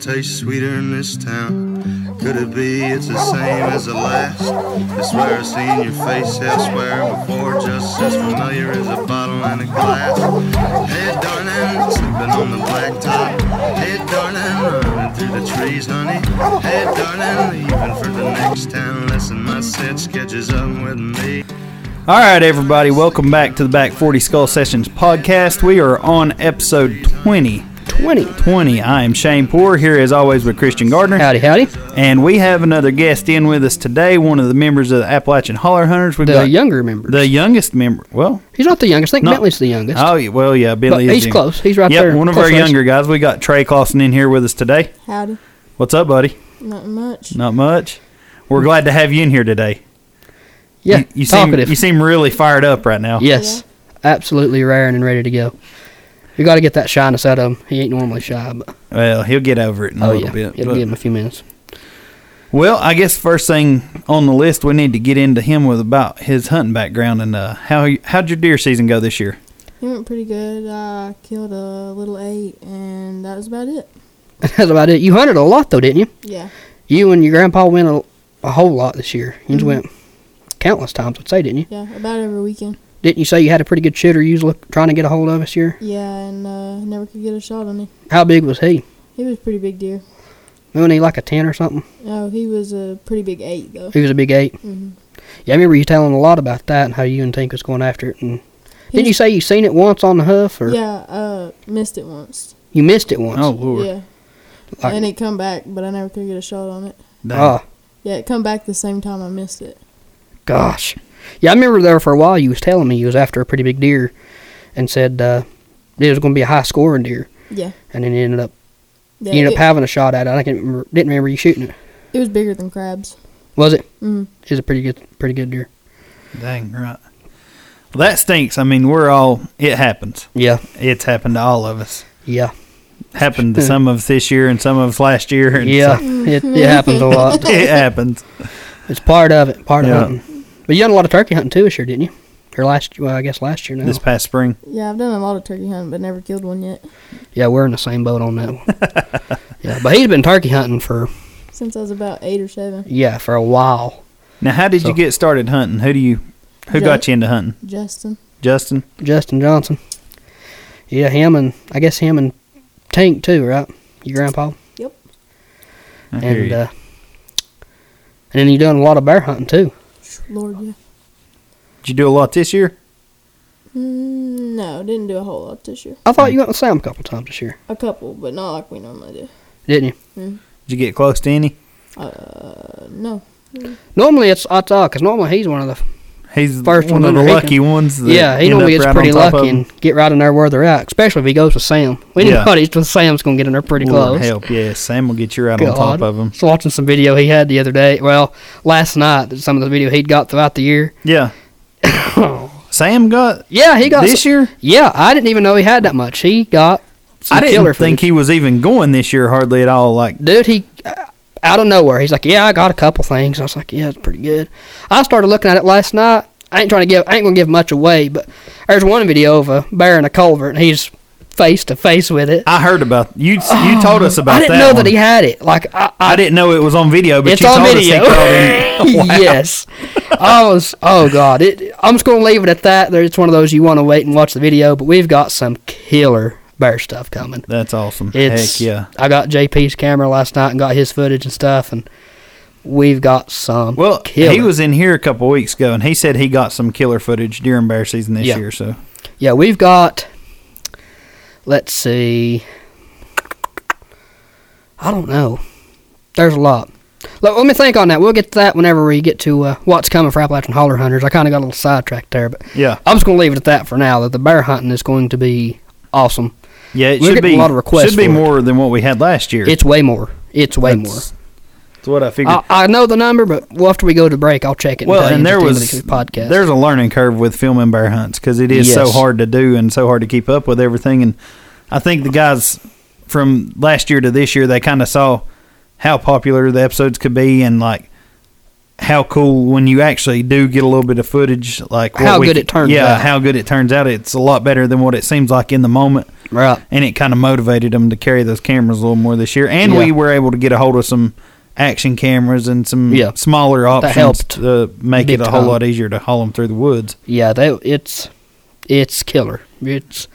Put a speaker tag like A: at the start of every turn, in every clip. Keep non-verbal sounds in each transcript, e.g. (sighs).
A: tastes sweeter in this town. Could it be it's the same as the last? I swear I've seen your face elsewhere before, just as familiar as a bottle and a glass. Hey, darling, sleeping on the blacktop. Hey, darling, running through the trees, honey. Hey, darling, leaving for the next town. Listen, my sense catches up with me.
B: All right, everybody, welcome back to the Back 40 Skull Sessions podcast. We are on episode 20.
C: 20.
B: 20. I am Shane Poor, here as always with Christian Gardner.
C: Howdy, howdy.
B: And we have another guest in with us today, one of the members of the Appalachian Holler Hunters. We've
C: The
B: got
C: younger member.
B: the youngest member. Well,
C: He's not the youngest. I think
B: No.
C: Bentley's the youngest.
B: oh, yeah, well, yeah, Billy
C: But
B: is.
C: he's
B: young.
C: close. He's right
B: yep,
C: there.
B: one of
C: Close
B: our
C: race.
B: younger guys. We got Trey Clausen in here with us today.
D: Howdy.
B: What's up, buddy?
D: Not much.
B: Not much. We're glad to have you in here today.
C: Yeah,
B: you, you seem
C: talkative.
B: you seem really fired up right now.
C: yes, absolutely raring and ready to go. You got to get that shyness out of him. He ain't normally shy, but
B: Well, he'll get over it in a
C: oh
B: little
C: yeah,
B: bit.
C: it'll
B: but-
C: give him a few minutes. (laughs)
B: Well, I guess first thing on the list, we need to get into him with about his hunting background and uh, how you- how'd your deer season go this year?
D: It went pretty good. I killed a little eight, and that was about it.
C: That's about it. You hunted a lot though, didn't you?
D: Yeah.
C: You and your grandpa went a, a whole lot this year. You just went countless times, I'd say, didn't you?
D: Yeah. About every weekend.
C: Didn't you say you had a pretty good shooter you was look, trying to get a hold of this year?
D: Yeah, and uh, never could get a shot on him.
C: How big was he?
D: He was a pretty big deer.
C: Wasn't he like a ten or something?
D: No, he was a pretty big eight though.
C: He was a big eight.
D: Mm-hmm.
C: Yeah, I remember you telling a lot about that and how you and Tink was going after it. And did
D: was-
C: you say you seen it once on the hoof, or
D: Yeah. Uh, missed it once.
C: you missed it once?
B: Oh Lord,
D: Yeah.
C: Like-
D: and it come back, but I never could get a shot on it.
B: Dang.
C: oh
D: Yeah, it come back the same time I missed it.
C: gosh. Yeah, I remember there for a while you was telling me you was after a pretty big deer, and said uh, it was going to be a high scoring deer,
D: Yeah.
C: and then it ended up
D: yeah
C: you ended up
D: it,
C: having a shot at it. I can't remember, didn't remember you shooting it.
D: it was bigger than crabs.
C: Was it?
D: Mm.
C: It was a pretty good pretty good deer.
B: dang right. Well, that stinks. I mean, we're all it happens.
C: Yeah,
B: It's happened to all of us.
C: yeah,
B: Happened
C: (laughs)
B: to some of us this year and some of us last year. And
C: yeah.
B: so-
C: (laughs) It, it happens a lot.
B: (laughs)
D: (laughs)
B: it happens.
C: It's part of it. Part
B: Yeah.
C: of hunting. But you done a lot of turkey hunting too this year, didn't you? Or last, well, I guess last year now.
B: This past spring,
D: Yeah, I've done a lot of turkey hunting, but never killed one yet.
C: Yeah, we're in the same boat on that one.
B: (laughs)
C: yeah, but he's been turkey hunting for
D: Since I was about eight or seven.
C: yeah for a while.
B: now how did
C: So-
B: you get started hunting? Who do you, who
D: Ju-
B: got you into hunting?
D: Justin.
B: Justin.
C: Justin Johnson. Yeah, him and I guess him and Tank too, right? Your grandpa
D: Yep.
B: I hear
C: and
B: you.
C: uh, and then you done a lot of bear hunting too.
D: Lord, yeah.
B: did you do a lot this year?
D: Mm, no, didn't do a whole lot this year.
C: I thought you went with Sam a couple times this year,
D: A couple, but not like we normally do.
C: didn't you?
B: Did you get close to any?
D: Uh, no.
C: Normally it's it's odd because normally he's one of the
B: He's
C: First
B: one of
C: one
B: the
C: under he
B: lucky
C: can-
B: ones. That
C: yeah he
B: end
C: normally
B: up
C: gets
B: right
C: pretty
B: on top of
C: lucky
B: 'em.
C: and get right in there where they're at, especially if he goes with Sam. We
B: Yeah.
C: know what he's (laughs) with Sam's gonna get in there pretty
B: Lord
C: close.
B: help, yes. Sam will get you right on
C: God.
B: top of him.
C: Just watching some video he had the other day. Well, last night, some of the video he'd got throughout the year. (coughs)
B: Yeah. Sam got
C: Yeah, he got
B: this
C: some-
B: year.
C: Yeah, I didn't even know he had that much. He got. Some
B: I didn't
C: killer
B: think
C: footage.
B: he was even going this year hardly at all. Like
C: Dude, he uh, out of nowhere. He's like, yeah, I got a couple things. I was like, yeah, it's pretty good. I started looking at it last night. I ain't trying to give. I ain't gonna give much away, but there's one video of a bear in a culvert, and he's face to face with it.
B: I heard about you. You told us about
C: Oh, I didn't
B: that.
C: know
B: one.
C: that he had it. Like I, I
B: I didn't know it was on video, but
C: it's
B: you
C: on
B: told
C: video.
B: us he
C: (laughs)
B: called in. Wow.
C: Yes. I was. Oh God. It, I'm just gonna leave it at that. There, it's one of those you want to wait and watch the video, but we've got some killer bear stuff coming.
B: That's awesome.
C: It's.
B: Heck yeah.
C: I got JP's camera last night and got his footage and stuff, and we've got some.
B: Well,
C: killer.
B: he was in here a couple weeks ago, and he said he got some killer footage during bear season this
C: Yeah.
B: year. So
C: Yeah, we've got. Let's see. I don't know. There's a lot. Let, let me think on that. We'll get to that whenever we get to uh, what's coming for Appalachian Holler Hunters. I kind of got a little sidetracked there, but
B: yeah,
C: I'm just going to leave it at that for now. That the bear hunting is going to be awesome.
B: yeah, it
C: We're
B: should
C: getting
B: be
C: a lot of requests
B: Should be
C: for it.
B: more than what we had last year.
C: It's way more. It's way
B: That's- That's what I figured.
C: more. I, I know the number, but we'll, after we go to break, I'll check it.
B: Well,
C: tell you
B: and
C: at
B: there
C: the end of
B: was
C: the podcast.
B: There's a learning curve with filming bear hunts because it is so
C: Yes.
B: hard to do and so hard to keep up with everything. And I think the guys from last year to this year they kind of saw how popular the episodes could be and like how cool when you actually do get a little bit of footage, like what
C: How
B: we
C: good
B: c-
C: it turns
B: Yeah,
C: out.
B: how good it turns out. It's a lot better than what it seems like in the moment,
C: Right.
B: and it kind of motivated them to carry those cameras a little more this year. And
C: Yeah.
B: we were able to get a hold of some action cameras and some
C: Yeah.
B: smaller options
C: helped
B: to make
C: big
B: it a whole
C: time.
B: lot easier to haul them through the woods.
C: Yeah, they, it's it's killer. It's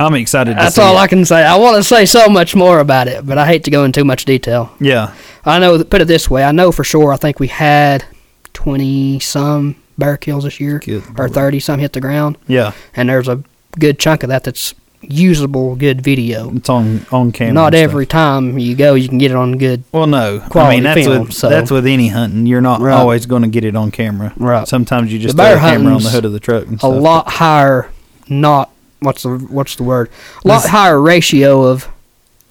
B: I'm excited. To
C: that's
B: see
C: all
B: it.
C: I can say. I want to say so much more about it, but I hate to go into too much detail.
B: Yeah,
C: I know. Put it this way, I know for sure. I think we had twenty some bear kills this year,
B: Good
C: or
B: Lord.
C: thirty some hit the ground,
B: yeah.
C: and there's a good chunk of that that's usable, good video.
B: It's on on camera. and
C: Not
B: stuff.
C: every time you go, you can get it on good.
B: Well, no. I
C: quality
B: mean, that's
C: film,
B: with
C: so-
B: that's with any hunting. You're not
C: Right.
B: always going to get it on camera.
C: Right.
B: Sometimes you just
C: The
B: throw
C: bear
B: a camera on the
C: hunting's
B: hood of the truck and
C: a
B: stuff.
C: lot higher not what's the what's the word a lot
B: This-
C: higher ratio of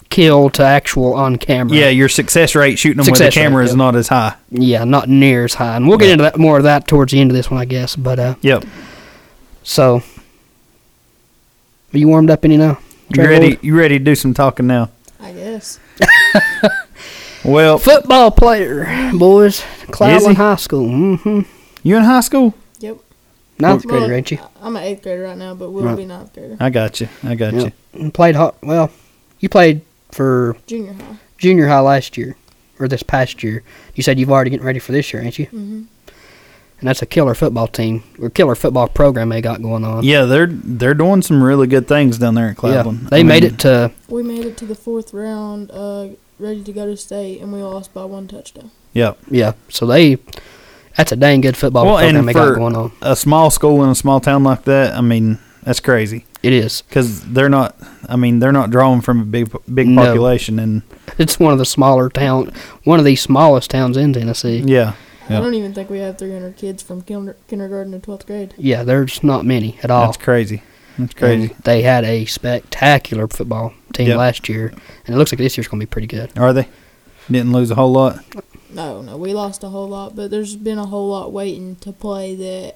C: kill to actual on camera
B: Yeah, your success rate shooting them with
C: Success
B: a
C: rate,
B: camera is
C: yeah.
B: not as high.
C: yeah not near as high and we'll get
B: Yeah.
C: into that more of that towards the end of this one i guess but uh
B: Yep.
C: so are you warmed up any now
B: You
C: Trevor
B: ready?
C: Lord?
B: You ready to do some talking now?
D: I guess.
B: Well,
C: football player boys
B: he?
C: cloudland high school mm-hmm
B: you in high school?
D: Yep.
C: ninth
D: Well,
C: grader ain't you
D: I'm an eighth grader right now, but we'll
C: Right.
D: be ninth grader.
B: I got you. I got you.
C: Yep. And played hot well you played for
D: Junior high.
C: junior high last year or this past year. You said you've already getting ready for this year, ain't you? Mm-hmm. And that's a killer football team or killer football program they got going on.
B: Yeah, they're they're doing some really good things down there at
C: Yeah.
B: Cloudland.
C: they
B: I
C: made
B: mean,
C: it to
D: We made it to the fourth round, uh, ready to go to state, and we lost by one touchdown.
B: Yep.
C: yeah. So they that's a dang good football
B: Well,
C: program
B: and
C: they
B: for
C: got going on.
B: a small school in a small town like that, I mean, that's crazy.
C: It is.
B: Because they're not. I mean, they're not drawing from a big big
C: No.
B: population, and
C: It's one of the smaller town, one of the smallest towns in Tennessee.
B: yeah.
C: Yeah,
D: I
B: Yeah.
D: don't even think we have 300 kids from kinder- kindergarten to 12th grade.
C: there's not many at all.
B: That's crazy. That's
C: And
B: crazy.
C: They had a spectacular football team
B: Yep.
C: last year, and it looks like this year's going to be
B: (laughs)
C: pretty good.
B: Are they? Didn't lose a whole lot.
D: No, no, we lost a whole lot, but there's been a whole lot waiting to play that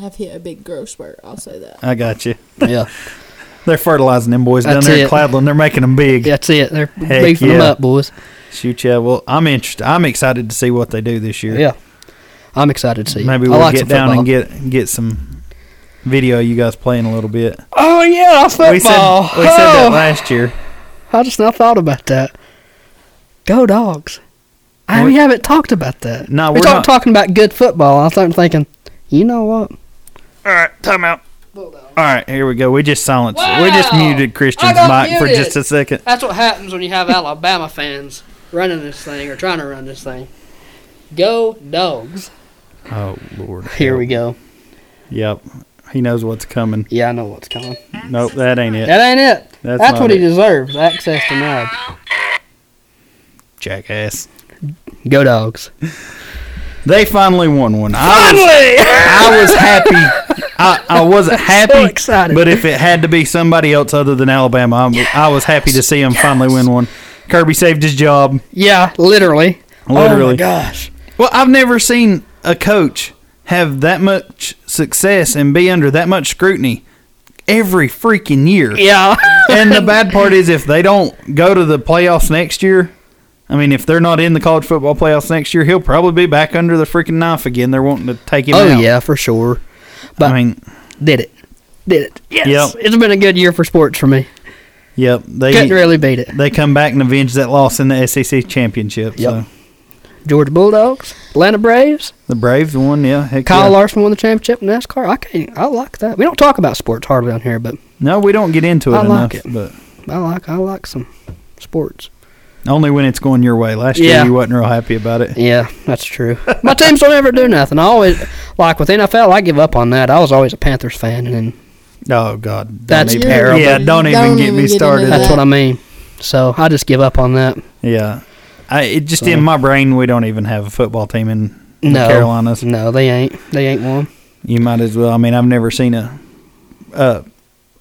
D: have hit a big growth spurt. I'll say that.
C: Uh,
B: I got you.
C: yeah,
B: They're fertilizing them boys down
C: That's
B: there at
C: it.
B: Cloudland. They're making them big.
C: that's it. They're
B: Heck
C: beefing them
B: yeah.
C: up, boys.
B: Shoot, yeah. Well, I'm interested. I'm excited to see what they do this year.
C: Yeah. I'm excited to see. it.
B: Maybe
C: I
B: we'll
C: like
B: get
C: some
B: down
C: football.
B: and get get some video of you guys playing a little bit.
C: Oh yeah, I football. Oh,
B: We said we said that last year.
C: I just not thought about that. Go dogs. I, we
B: We-
C: haven't talked about that.
B: No,
C: we
B: we're
C: talked
B: not-
C: talking about good football. I started thinking, you know what?
B: All right, time out. All right, here we go. We just silenced. We just
C: Wow!
B: muted
C: I
B: Christian's
C: got
B: mic for
C: muted.
B: just a second.
C: That's what happens when you have Alabama fans running this thing or trying to run this thing. Go dogs.
B: Oh Lord.
C: Here we go.
B: Yep. He knows what's coming.
C: Yeah, I know what's coming.
B: Nope, that ain't it.
C: That ain't it.
B: That's,
C: That's,
B: not
C: what he
B: it.
C: deserves. Access denied.
B: Jackass.
C: Go dogs.
B: They finally won one. I was
C: Finally!
B: I was happy.
C: (laughs)
B: I, I wasn't happy,
C: excited.
B: but if it had to be somebody else other than Alabama, I'm, I was happy to see him finally win one. Kirby saved his job.
C: yeah, literally. Oh my
B: Literally.
C: gosh.
B: Well, I've never seen a coach have that much success and be under that much scrutiny every freaking year.
C: Yeah.
B: And the bad part is if they don't go to the playoffs next year, I mean, if they're not in the college football playoffs next year, he'll probably be back under the freaking knife again. They're wanting to take him
C: (laughs) Oh
B: out.
C: yeah, for sure.
B: I mean,
C: Did it? Did it? Yes.
B: Yep.
C: It's been a good year for sports for me.
B: yep. They
C: Couldn't really beat it.
B: they come back and avenge that loss in the SEC championship.
C: Yep.
B: So
C: Georgia Bulldogs, Atlanta Braves,
B: the Braves won, yeah. Heck
C: Kyle
B: yeah.
C: Larson won the championship in NASCAR. I can't. I like that. We don't talk about sports hardly on here, but
B: No, we don't get into it
C: I
B: enough,
C: like it.
B: but
C: I like I like some sports.
B: only when it's going your way. Last
C: Yeah.
B: year you wasn't real happy about it.
C: Yeah, that's true. (laughs) My teams don't ever do nothing. I always like with NFL. I give up on that. I was always a Panthers fan, and then
B: Oh God, don't
C: That's
B: even-
C: terrible.
B: Yeah, don't even
D: Don't
B: get
D: even
B: me
D: get into
B: started.
D: that.
C: that's what I mean. So I just give up on that.
B: Yeah, I, it just
C: So-
B: in my brain we don't even have a football team in the
C: No,
B: Carolinas.
C: No, they ain't. They ain't one.
B: You might as well. I mean, I've never seen a, a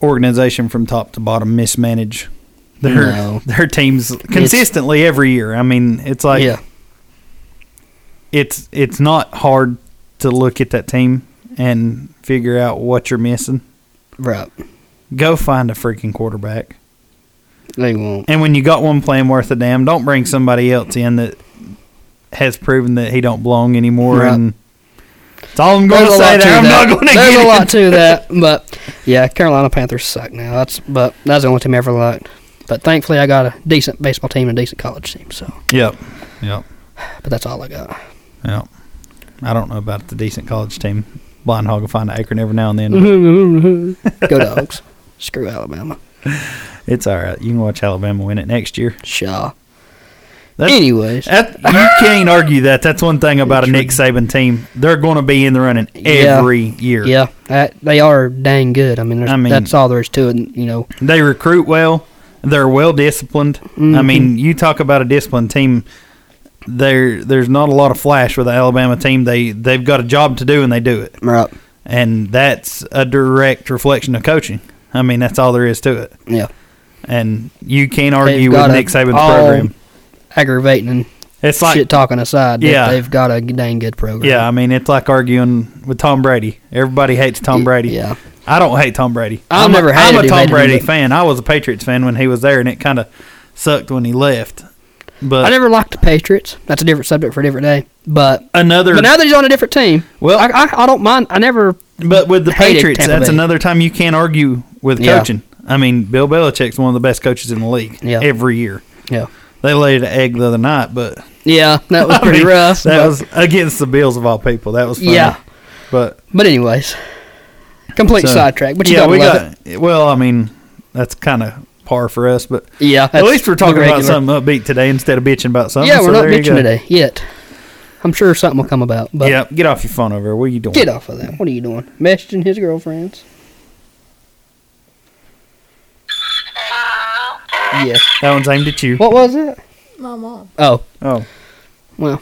B: organization from top to bottom mismanage their
C: No.
B: (laughs) their teams consistently every year. I mean, it's like
C: yeah,
B: it's it's not hard to look at that team and figure out what you're missing.
C: right.
B: Go find a freaking quarterback.
C: They won't.
B: And when you got one playing worth a damn, don't bring somebody else in that has proven that he don't belong anymore.
C: Right.
B: And that's all I'm going
C: There's
B: to say.
C: a lot to
B: There. I'm
C: that.
B: not going to
C: There's
B: get
C: a lot
B: it.
C: to that, but yeah, Carolina Panthers suck now. That's but that's the only team I ever liked. But thankfully, I got a decent baseball team and a decent college team. So,
B: (laughs) Yep. Yep.
C: but that's all
B: (laughs)
C: I got.
B: Yep. I don't know about the decent college team. Blind hog will find an acorn every now and then.
C: Mm-hmm. Go dogs. Screw Alabama.
B: It's all right. You can watch Alabama win it next year.
C: Shaw.
B: That's-
C: Anyways,
B: That, you can't argue that. That's one thing about a Nick Saban team. They're going to be in the running
C: Yeah.
B: every year.
C: yeah, that, they are dang good. I mean, there's,
B: I mean-
C: that's all there is to it. and, You know,
B: They recruit well. They're well disciplined. I
C: Mm-hmm.
B: mean, you talk about a disciplined team. There, there's not a lot of flash with the Alabama team. They they've got a job to do and they do it,
C: right?
B: and that's a direct reflection of coaching. I mean, that's all there is to it.
C: Yeah,
B: And you can't
C: They've
B: argue with
C: got a
B: Nick Saban's
C: all
B: program.
C: aggravating and
B: It's like
C: shit talking aside. they-
B: Yeah.
C: they've got a dang good program.
B: Yeah, I mean it's like arguing with Tom Brady. Everybody hates Tom Brady.
C: Yeah.
B: I don't hate Tom Brady.
C: I've
B: I'm
C: never
B: a,
C: hated
B: I'm a
C: him,
B: Tom
C: hated him,
B: Brady
C: but-
B: fan. I was a Patriots fan when he was there, and it kind of sucked when he left. But
C: I never liked the Patriots. That's a different subject for a different day. But
B: another,
C: but
B: but,
C: now that he's on a different team,
B: Well-
C: well, I, I, I don't mind. I never.
B: with the
C: hated
B: Patriots,
C: Tampa
B: that's
C: Bay.
B: another time you can't argue with
C: Yeah.
B: coaching. I mean, Bill Belichick's one of the best coaches in the league
C: Yeah.
B: every year.
C: Yeah,
B: They laid an egg the other night, but
C: yeah, (laughs) that
B: (laughs)
C: was
B: I
C: pretty
B: mean,
C: rough.
B: That
C: but,
B: was against the Bills of all people. That was funny.
C: Yeah.
B: but
C: but anyways, complete
B: So-
C: sidetrack. But you gotta love it.
B: Well, I mean, that's kind of par for us, but
C: Yeah,
B: at least we're talking about
C: regular.
B: something upbeat today instead of bitching about something.
C: Yeah,
B: so
C: we're not
B: there you
C: bitching
B: go.
C: today yet. I'm sure something will come about. But
B: yeah, get off your phone over. there. What are you doing?
C: get off of that. What are you doing? Messaging his girlfriends. Yeah.
B: That one's aimed at you.
C: What was it?
D: My mom.
C: Oh,
B: Oh,
C: well,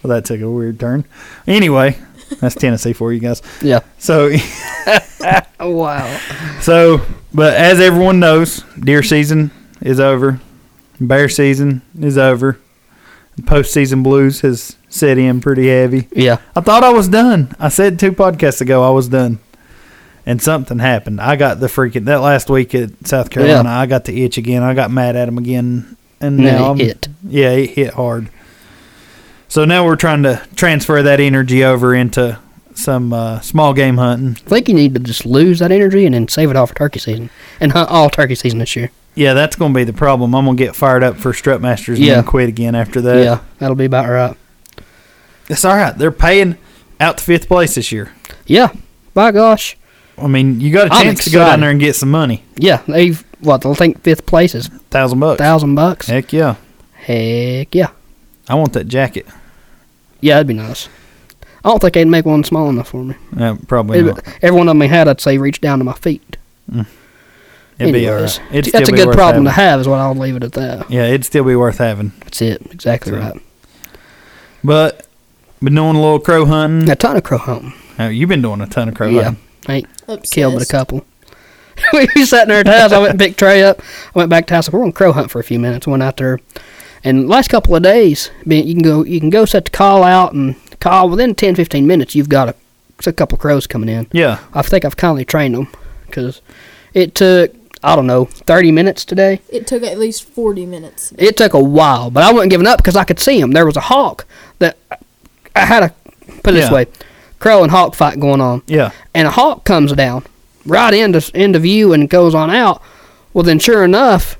B: well, that took a weird turn. Anyway, that's Tennessee for you guys.
C: yeah.
B: So, (laughs)
C: Oh, wow.
B: so, but as everyone knows, deer season is over. Bear season is over. Postseason blues has set in pretty heavy.
C: Yeah.
B: I thought I was done. I said two podcasts ago I was done. And something happened. I got the freaking that last week at South Carolina. I got the itch again. I got mad at him again, and
C: Yeah,
B: now
C: it
B: I'm-
C: hit.
B: Yeah, it hit hard. So now we're trying to transfer that energy over into some uh, small game hunting.
C: I think you need to just lose that energy and then save it all for turkey season and hunt all turkey season this year.
B: Yeah, that's going to be the problem. I'm going to get fired up for strutmasters and
C: Yeah.
B: then quit again after that.
C: yeah, that'll be about right.
B: it's all right. They're paying out to fifth place this year.
C: Yeah. By gosh.
B: I mean, you got a
C: I'm
B: chance to go down
C: excited.
B: there and get some money,
C: Yeah, they've what? They'll think fifth place is
B: thousand bucks.
C: thousand bucks.
B: Heck yeah,
C: Heck yeah.
B: I want that jacket.
C: Yeah, that'd be nice. I don't think they'd make one small enough for me.
B: Uh, probably
C: Every-
B: not.
C: every one of them they had, I'd say, reached down to my feet.
B: It'd be all
C: Anyways,
B: right. It'd
C: that's a
B: still be
C: good
B: worth
C: problem to
B: having.
C: have, is what I'll leave it at that.
B: Yeah, it'd still be worth having.
C: That's it. Exactly
B: That's
C: right.
B: But been doing a little crow hunting.
C: A ton of crow hunting.
B: Uh, you've been doing a ton of crow
C: yeah.
B: hunting.
C: I ain't
D: Obsessed.
C: killed but a couple. (laughs) we was sat in our house. I went and picked Trey up. I went back to house. I said, We're going to crow hunt for a few minutes. Went out there. And last couple of days, man, you can go you can go set the call out and call within 10, 15 minutes. You've got a, it's a couple crows coming in.
B: Yeah,
C: I think I've kindly trained them because it took, I don't know, 30 minutes today.
D: It took at least 40 minutes.
C: It took a while, but I wasn't giving up because I could see him. There was a hawk that I had a, put it
B: Yeah.
C: this way, crow and hawk fight going on.
B: yeah,
C: And a hawk comes down right into, into view and goes on out. Well, then sure enough,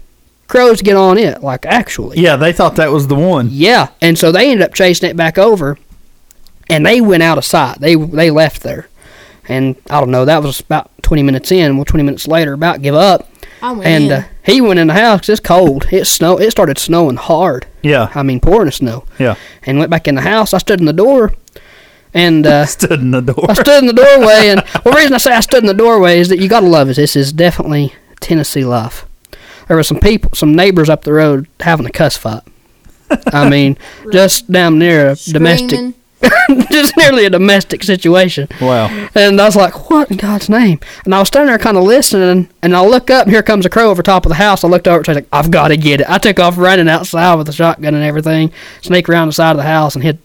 C: crows get on it, like actually.
B: yeah. They thought that was the one.
C: Yeah, and so they ended up chasing it back over, and they went out of sight. They they left there, and I don't know. That was about twenty minutes in. Well, twenty minutes later, about give up,
D: I went
C: and
D: in.
C: uh, he went in the house. 'cause it's cold. It snow. It started snowing hard.
B: Yeah, (laughs)
C: I mean, pouring snow.
B: yeah.
C: And went back in the house. I stood in the door, and uh,
B: Stood in the
C: (laughs)
B: door.
C: I stood in the doorway, and well, the reason I say I stood in the doorway is that you gotta love it. This is definitely Tennessee life. There were some people, some neighbors up the road having a cuss fight. I mean, just damn near a domestic,
D: Screaming.
C: (laughs) just nearly a domestic situation.
B: Wow.
C: And I was like, "What in God's name?" And I was standing there, kind of listening, and I look up, and here comes a crow over top of the house. I looked over, and she's like, "I've got to get it." I took off running outside with a shotgun and everything, sneak around the side of the house, and hit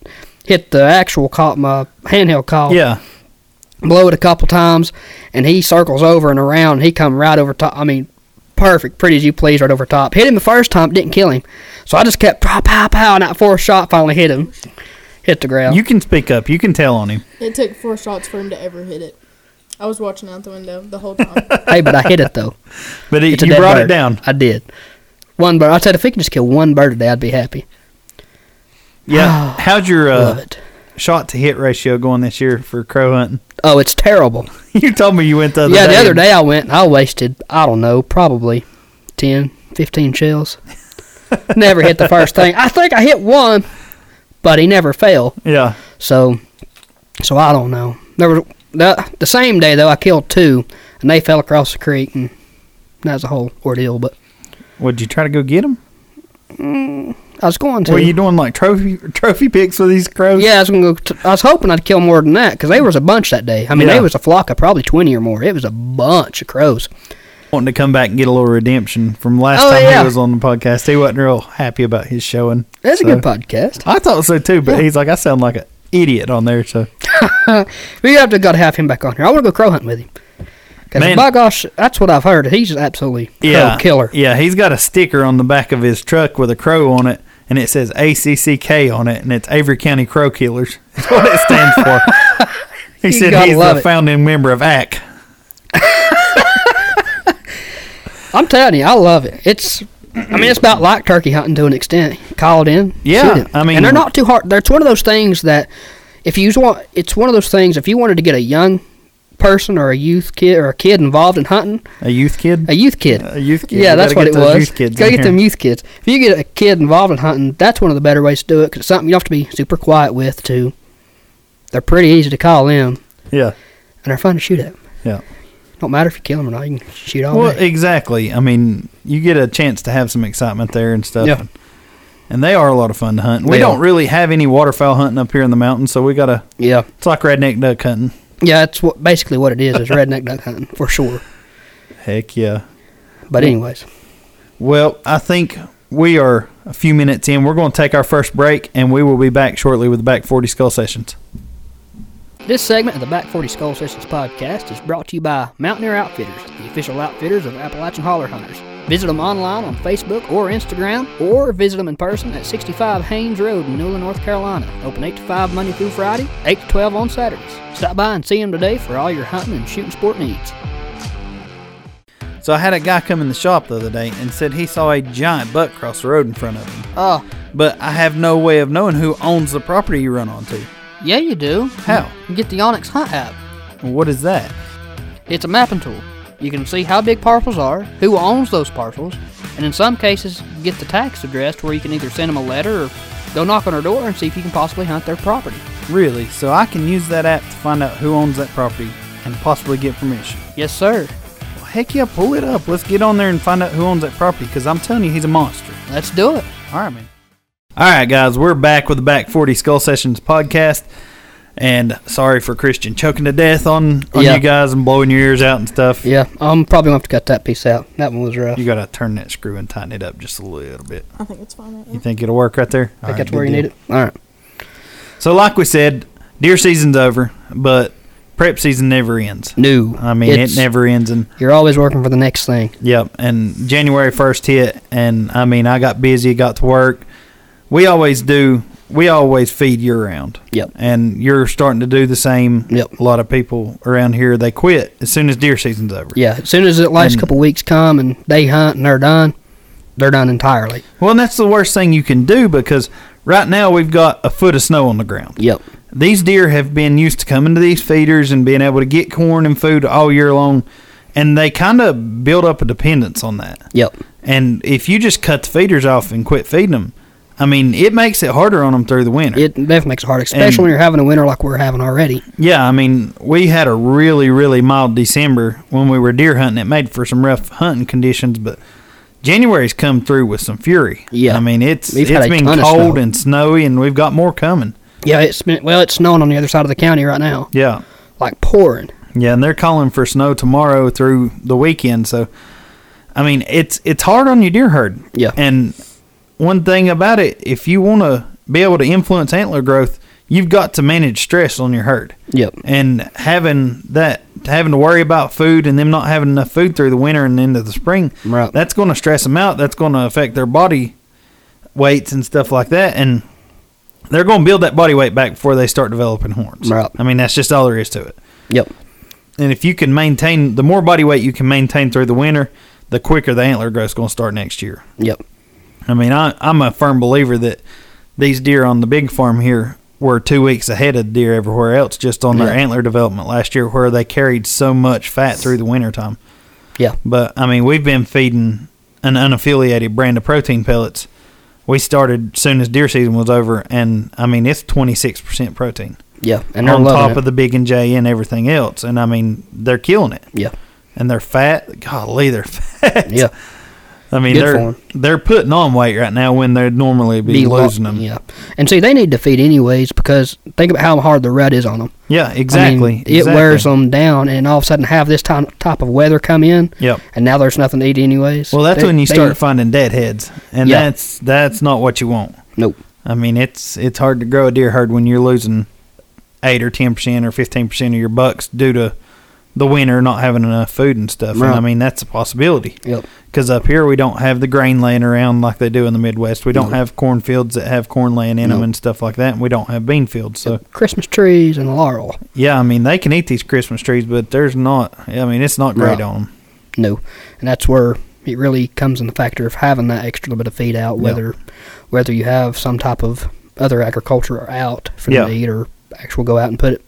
C: hit the actual call, my handheld call
B: Yeah,
C: blow it a couple times, and he circles over and around. And he come right over top. I mean, perfect, pretty as you please, right over top. Hit him the first time, didn't kill him. So I just kept pow, pow, pow, and that fourth shot finally hit him. Hit the ground.
B: You can speak up. You can tell on him.
D: It took four shots for him to ever hit it. I was watching out the window the whole
C: (laughs)
D: time.
C: hey, but I hit it, though.
B: But it,
C: It's a
B: (laughs) you
C: dead
B: brought
C: bird.
B: it down.
C: I did. One bird. I said, if we could just kill one bird today, I'd be happy.
B: Yeah. How'd your
C: (sighs) Love
B: uh,
C: it.
B: shot to hit ratio going this year for crow hunting? (laughs)
C: Oh, it's terrible.
B: you told me you went the other
C: yeah,
B: day.
C: the other day I went and I wasted, I don't know, probably 10,
B: (laughs)
C: 15 shells. never hit the first thing. I think I hit one, but he never fell.
B: Yeah.
C: So, so I don't know. There was the, the same day though I killed two, and they fell across the creek, and that was a whole ordeal. But
B: Would you try to go get him?
C: I was going to.
B: Were you doing like trophy trophy picks with these crows?
C: yeah, I was going to go. T- I was hoping I'd kill more than that because they was a bunch that day. I mean,
B: Yeah.
C: they was a flock of probably twenty or more. It was a bunch of crows.
B: Wanting to come back and get a little redemption from last
C: Oh,
B: time
C: yeah.
B: he was on the podcast. He wasn't real happy about his showing.
C: That's
B: so.
C: a good podcast.
B: I thought so too, but he's like, I sound like an idiot on there. So
C: We have to got to have him back on here. I want to go crow hunting with him. Because
B: Man.
C: by gosh, that's what I've heard. He's absolutely crow
B: yeah,
C: killer.
B: Yeah, he's got a sticker on the back of his truck with a crow on it, and it says ACCK on it, and it's Avery County Crow Killers. (laughs) That's what it stands
C: (laughs)
B: for. He
C: You
B: said
C: gotta
B: he's
C: love
B: the
C: it.
B: founding member of ACK.
C: I'm telling you, I love it. It's, I mean, it's about like turkey hunting to an extent. Called in,
B: Yeah,
C: shoot it.
B: I mean-
C: and they're not too hard. They're- It's one of those things that if you want, it's one of those things. If you wanted to get a young person or a youth kid or a kid involved in hunting,
B: A youth kid.
C: a youth kid.
B: A youth kid.
C: Yeah,
B: We
C: that's
B: Uh, gotta
C: what
B: get
C: it
B: those
C: was.
B: youth kids
C: Gotta
B: in
C: get
B: here.
C: them youth kids. If you get a kid involved in hunting, that's one of the better ways to do it because it's something you have to be super quiet with too. They're pretty easy to call in, and
B: Yeah.
C: they're fun to shoot at.
B: Yeah.
C: Don't matter if you kill them or not, you can shoot all
B: Well,
C: day.
B: exactly. I mean, you get a chance to have some excitement there and stuff.
C: Yeah.
B: And they are a lot of fun to hunt. We
C: They
B: don't
C: are.
B: really have any waterfowl hunting up here in the mountains, so we gotta.
C: yeah,
B: It's like redneck duck hunting.
C: yeah, that's what basically what it is is redneck duck hunting for sure.
B: Heck yeah.
C: But anyways,
B: Well, I think we are a few minutes in. We're going to take our first break, and we will be back shortly with the Back 40 Skull Sessions.
C: this segment of the Back Forty Skull Sessions podcast is brought to you by Mountaineer Outfitters, the official outfitters of Appalachian Holler Hunters. Visit them online on Facebook or Instagram, or visit them in person at 65 Haynes Road in Newland, North Carolina. Open 8 to 5 Monday through Friday, 8 to 12 on Saturdays. Stop by and see them today for all your hunting and shooting sport needs.
B: So I had a guy come in the shop the other day and said he saw a giant buck cross the road in front of him,
C: Oh,
B: but I have no way of knowing who owns the property you run onto.
C: yeah, you do.
B: How?
C: Get the Onyx Hunt app.
B: What is that?
C: It's a mapping tool. You can see how big parcels are, who owns those parcels, and in some cases, get the tax addressed where you can either send them a letter or go knock on their door and see if you can possibly hunt their property.
B: Really? So I can use that app to find out who owns that property and possibly get permission.
C: Yes, sir.
B: Well, heck yeah, pull it up. Let's get on there and find out who owns that property because I'm telling you, he's a monster.
C: Let's do it.
B: All right, man. All right, guys, we're back with the Back 40 Skull Sessions podcast. And sorry for Christian choking to death on, on
C: Yeah.
B: you guys and blowing your ears out and stuff.
C: Yeah, I'm probably going to have to cut that piece out. That one was rough.
B: You got to turn that screw and tighten it up just a little bit.
D: I think it's fine right
B: You
D: now.
B: think it'll work right there?
C: I think that's where you need it. All right.
B: So, like we said, deer season's over, but prep season never ends.
C: New.
B: I mean, it never ends. And
C: You're always working for the next thing.
B: Yep, and January first hit, and I mean, I got busy, got to work. We always do. We always feed year round.
C: Yep.
B: and you're starting to do the same.
C: Yep.
B: a lot of people around here they quit as soon as deer season's over.
C: Yeah, as soon as the last
B: And-
C: couple weeks come and they hunt and they're done, they're done entirely.
B: Well, and that's the worst thing you can do because right now we've got a foot of snow on the ground.
C: Yep.
B: These deer have been used to coming to these feeders and being able to get corn and food all year long, and they kind of build up a dependence on that.
C: Yep.
B: And if you just cut the feeders off and quit feeding them, I mean, it makes it harder on them through the winter.
C: It definitely makes it hard, especially when you're having a winter like we're having already.
B: yeah, I mean, we had a really, really mild December when we were deer hunting. It made for some rough hunting conditions, but January's come through with some fury.
C: Yeah.
B: I mean, it's
C: We've had
B: it's
C: a
B: been
C: ton of
B: cold
C: snow.
B: and snowy, and we've got more coming.
C: Yeah, it's been well, it's snowing on the other side of the county right now,
B: Yeah,
C: like pouring.
B: yeah, and they're calling for snow tomorrow through the weekend. So, I mean, it's it's hard on your deer herd.
C: Yeah.
B: And one thing about it, if you want to be able to influence antler growth, you've got to manage stress on your herd.
C: Yep.
B: And having that having to worry about food and them not having enough food through the winter and into the spring,
C: Right.
B: that's going to stress them out. That's going to affect their body weights and stuff like that. And they're going to build that body weight back before they start developing horns.
C: Right.
B: I mean, that's just all there is to it.
C: Yep.
B: And if you can maintain, the more body weight you can maintain through the winter, the quicker the antler growth's going to start next year.
C: Yep.
B: I mean, I, I'm a firm believer that these deer on the big farm here were two weeks ahead of deer everywhere else just on their
C: Yeah.
B: antler development last year where they carried so much fat through the wintertime.
C: Yeah.
B: But, I mean, we've been feeding an unaffiliated brand of protein pellets. We started soon as deer season was over, and, I mean, it's 26% protein
C: Yeah. And they're
B: on
C: loving
B: top
C: it.
B: of the Big and J and everything else. And, I mean, they're killing it.
C: Yeah.
B: And they're fat. Golly, they're (laughs) fat.
C: Yeah.
B: I mean,
C: Good
B: they're
C: for 'em.
B: they're putting on weight right now when they'd normally be,
C: lo-
B: losing them. Yeah,
C: Yeah. And see, they need to feed anyways because think about how hard the rut is on them.
B: exactly.
C: I mean, it wears
B: exactly.
C: them down, and all of a sudden have this time, type of weather come in.
B: Yep.
C: And now there's nothing to eat anyways.
B: Well, that's
C: They-
B: when you
C: they-
B: start finding deadheads, and
C: Yeah.
B: that's that's not what you want.
C: Nope.
B: I mean, it's it's hard to grow a deer herd when you're losing eight or ten percent or fifteen percent of your bucks due to the winter not having enough food and stuff. And I
C: Right.
B: mean, that's a possibility.
C: Yep.
B: Because up here we don't have the grain laying around like they do in the Midwest. We don't
C: No.
B: have cornfields that have corn laying in them
C: No.
B: and stuff like that. And we don't have bean fields. So
C: Christmas trees and laurel.
B: Yeah, I mean they can eat these Christmas trees, but there's not. I mean it's not great
C: Right.
B: on them.
C: No. And that's where it really comes in the factor of having that extra little bit of feed out, whether whether you have some type of other agriculture out for them to
B: Yeah.
C: eat or actual go out and put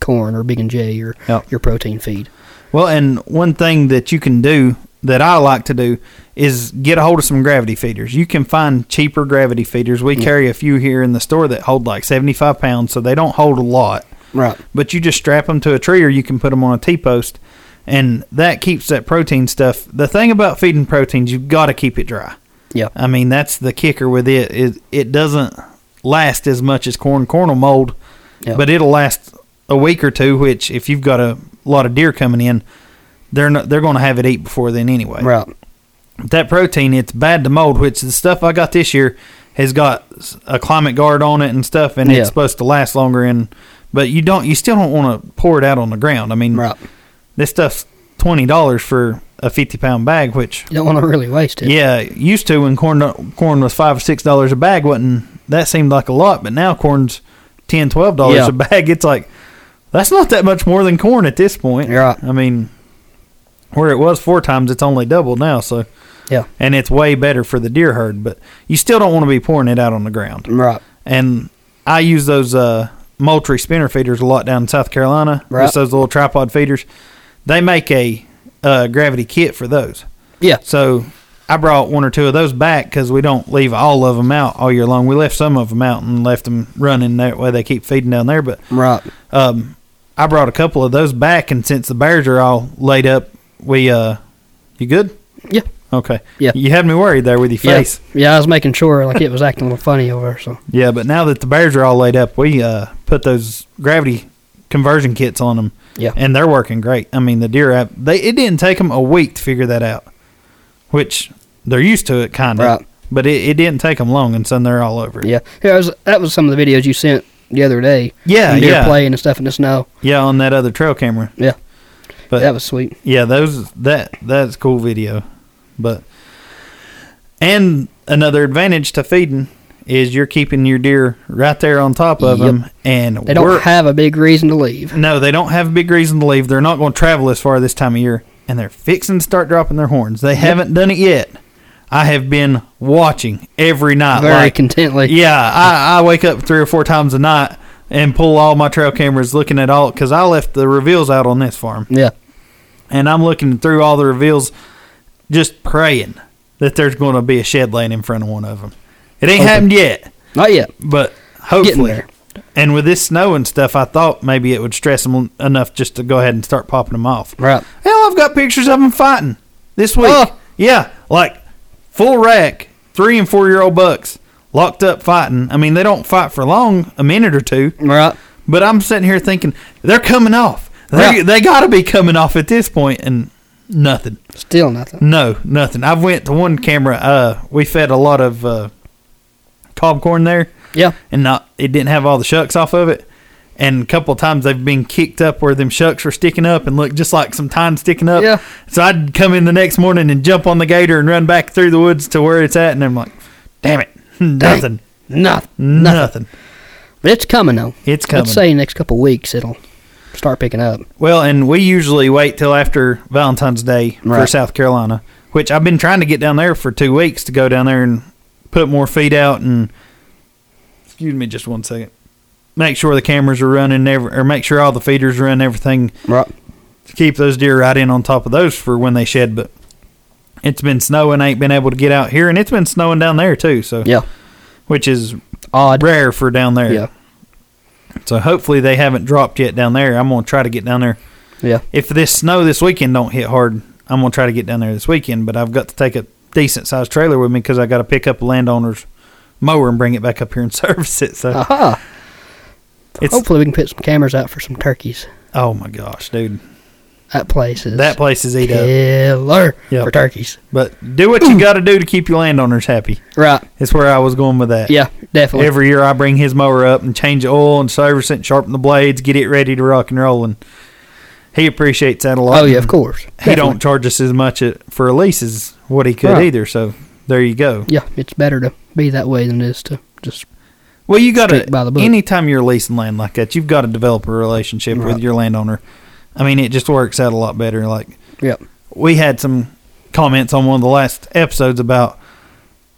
C: corn or big and J or
B: Yeah.
C: your protein feed.
B: Well, and one thing that you can do that I like to do is get a hold of some gravity feeders. You can find cheaper gravity feeders. We carry a few here in the store that hold like 75 pounds, so they don't hold a lot.
C: Right.
B: But you just strap them to a tree, or you can put them on a T post, and that keeps that protein stuff. The thing about feeding proteins, you've got to keep it dry.
C: Yeah.
B: I mean, that's the kicker with it. It, it doesn't last as much as corn. Corn will mold,
C: Yeah.
B: but it'll last a week or two. Which, if you've got a lot of deer coming in, they're not, they're going to have it eat before then anyway.
C: Right.
B: That protein, it's bad to mold. Which the stuff I got this year has got s- a climate guard on it and stuff, and
C: Yeah.
B: it's supposed to last longer. And but you don't, you still don't want to pour it out on the ground. I mean,
C: Right.
B: this stuff's twenty dollars for a fifty pound bag, which
C: You don't want to really waste it.
B: yeah, used to when corn corn was five or six dollars a bag, wasn't that seemed like a lot? But now corn's ten, twelve dollars
C: Yeah.
B: a bag. It's like that's not that much more than corn at this point.
C: You're right.
B: I mean, where it was four times, it's only double now. So
C: Yeah.
B: and it's way better for the deer herd, but you still don't want to be pouring it out on the ground.
C: Right.
B: And I use those uh, Moultrie spinner feeders a lot down in South Carolina.
C: Right.
B: Just those little tripod feeders. They make a uh, gravity kit for those.
C: Yeah.
B: So I brought one or two of those back because we don't leave all of them out all year long. We left some of them out and left them running that way. They keep feeding down there. But
C: Right.
B: um, I brought a couple of those back, and since the bears are all laid up, we uh, you good?
C: Yeah.
B: Okay.
C: Yeah.
B: You had me worried there with your
C: Yeah.
B: face.
C: Yeah, I was making sure like it was acting a little funny over there, so
B: Yeah, but now that the bears are all laid up, we uh, put those gravity conversion kits on them.
C: Yeah.
B: and they're working great. I mean, the deer app they it didn't take them a week to figure that out, which they're used to it kind of.
C: Right.
B: But it, it didn't take them long, and so they're all over. it.
C: yeah. Yeah, I was, that was some of the videos you sent the other day.
B: Yeah,
C: And deer
B: yeah.
C: playing and stuff in the snow.
B: yeah, on that other trail camera.
C: Yeah.
B: But
C: that was sweet.
B: yeah, those that that's a cool video, but and another advantage to feeding is you're keeping your deer right there on top of
C: Yep.
B: them, and
C: They don't
B: we're-
C: have a big reason to leave.
B: No, they don't have a big reason to leave. They're not going to travel as far this time of year, and they're fixing to start dropping their horns. They haven't done it yet. I have been watching every night.
C: Very
B: like-
C: contently.
B: Yeah, I, I wake up three or four times a night and pull all my trail cameras looking at all because I left the reveals out on this farm,
C: Yeah.
B: and I'm looking through all the reveals, just praying that there's going to be a shed laying in front of one of them. It ain't
C: Hoping.
B: happened yet,
C: Not yet.
B: but hopefully.
C: there.
B: And with this snow and stuff, I thought maybe it would stress them enough just to go ahead and start popping them off.
C: Right.
B: Hell, I've got pictures of them fighting this week.
C: Oh.
B: Yeah, like full rack, three and four year old bucks locked up fighting. I mean, they don't fight for long, a minute or two,
C: Right.
B: but I'm sitting here thinking they're coming off. They
C: Right.
B: they got to be coming off at this point, and nothing.
C: Still nothing.
B: No, nothing. I've went to one camera. Uh, we fed a lot of uh, cob corn there
C: Yeah.
B: and not it didn't have all the shucks off of it. And a couple of times they've been kicked up where them shucks were sticking up and looked just like some tines sticking up.
C: Yeah.
B: So I'd come in the next morning and jump on the gator and run back through the woods to where it's at, and I'm like, damn it, (laughs) nothing,
C: Nothing.
B: nothing.
C: But it's coming though.
B: It's coming.
C: Let's say next couple weeks it'll start picking up.
B: Well, and we usually wait till after Valentine's Day for
C: Right.
B: South Carolina, which I've been trying to get down there for two weeks to go down there and put more feet out and excuse me just one second. Make sure the cameras are running, every, or make sure all the feeders run everything
C: Right.
B: to keep those deer right in on top of those for when they shed. But it's been snowing, ain't been able to get out here, and it's been snowing down there too. So
C: Yeah.
B: which is
C: Odd.
B: rare for down there.
C: Yeah.
B: So hopefully they haven't dropped yet down there. I'm gonna try to get down there
C: Yeah.
B: if this snow this weekend don't hit hard, I'm gonna try to get down there this weekend. But I've got to take a decent sized trailer with me because I got to pick up a landowner's mower and bring it back up here and (laughs) service it. So
C: Aha.
B: Uh, it's
C: Ah, Hopefully we can put some cameras out for some turkeys.
B: oh my gosh, dude,
C: That place is
B: that place is eat up.
C: killer
B: Yep.
C: for turkeys.
B: But do what you got to do to keep your landowners happy.
C: Right.
B: It's where I was going with that.
C: Yeah. Definitely.
B: Every year I bring his mower up and change the oil and service it, and sharpen the blades, get it ready to rock and roll, and he appreciates that a lot.
C: oh yeah, of course.
B: He don't charge us as much uh, for a lease as what he could
C: Right.
B: either. So there you go.
C: Yeah. It's better to be that way than it is to just
B: Well, you got to
C: Strict by the book.
B: anytime you're leasing land like that, you've got to develop a relationship with
C: Right.
B: your landowner. I mean, it just works out a lot better. Like
C: Yep.
B: we had some comments on one of the last episodes about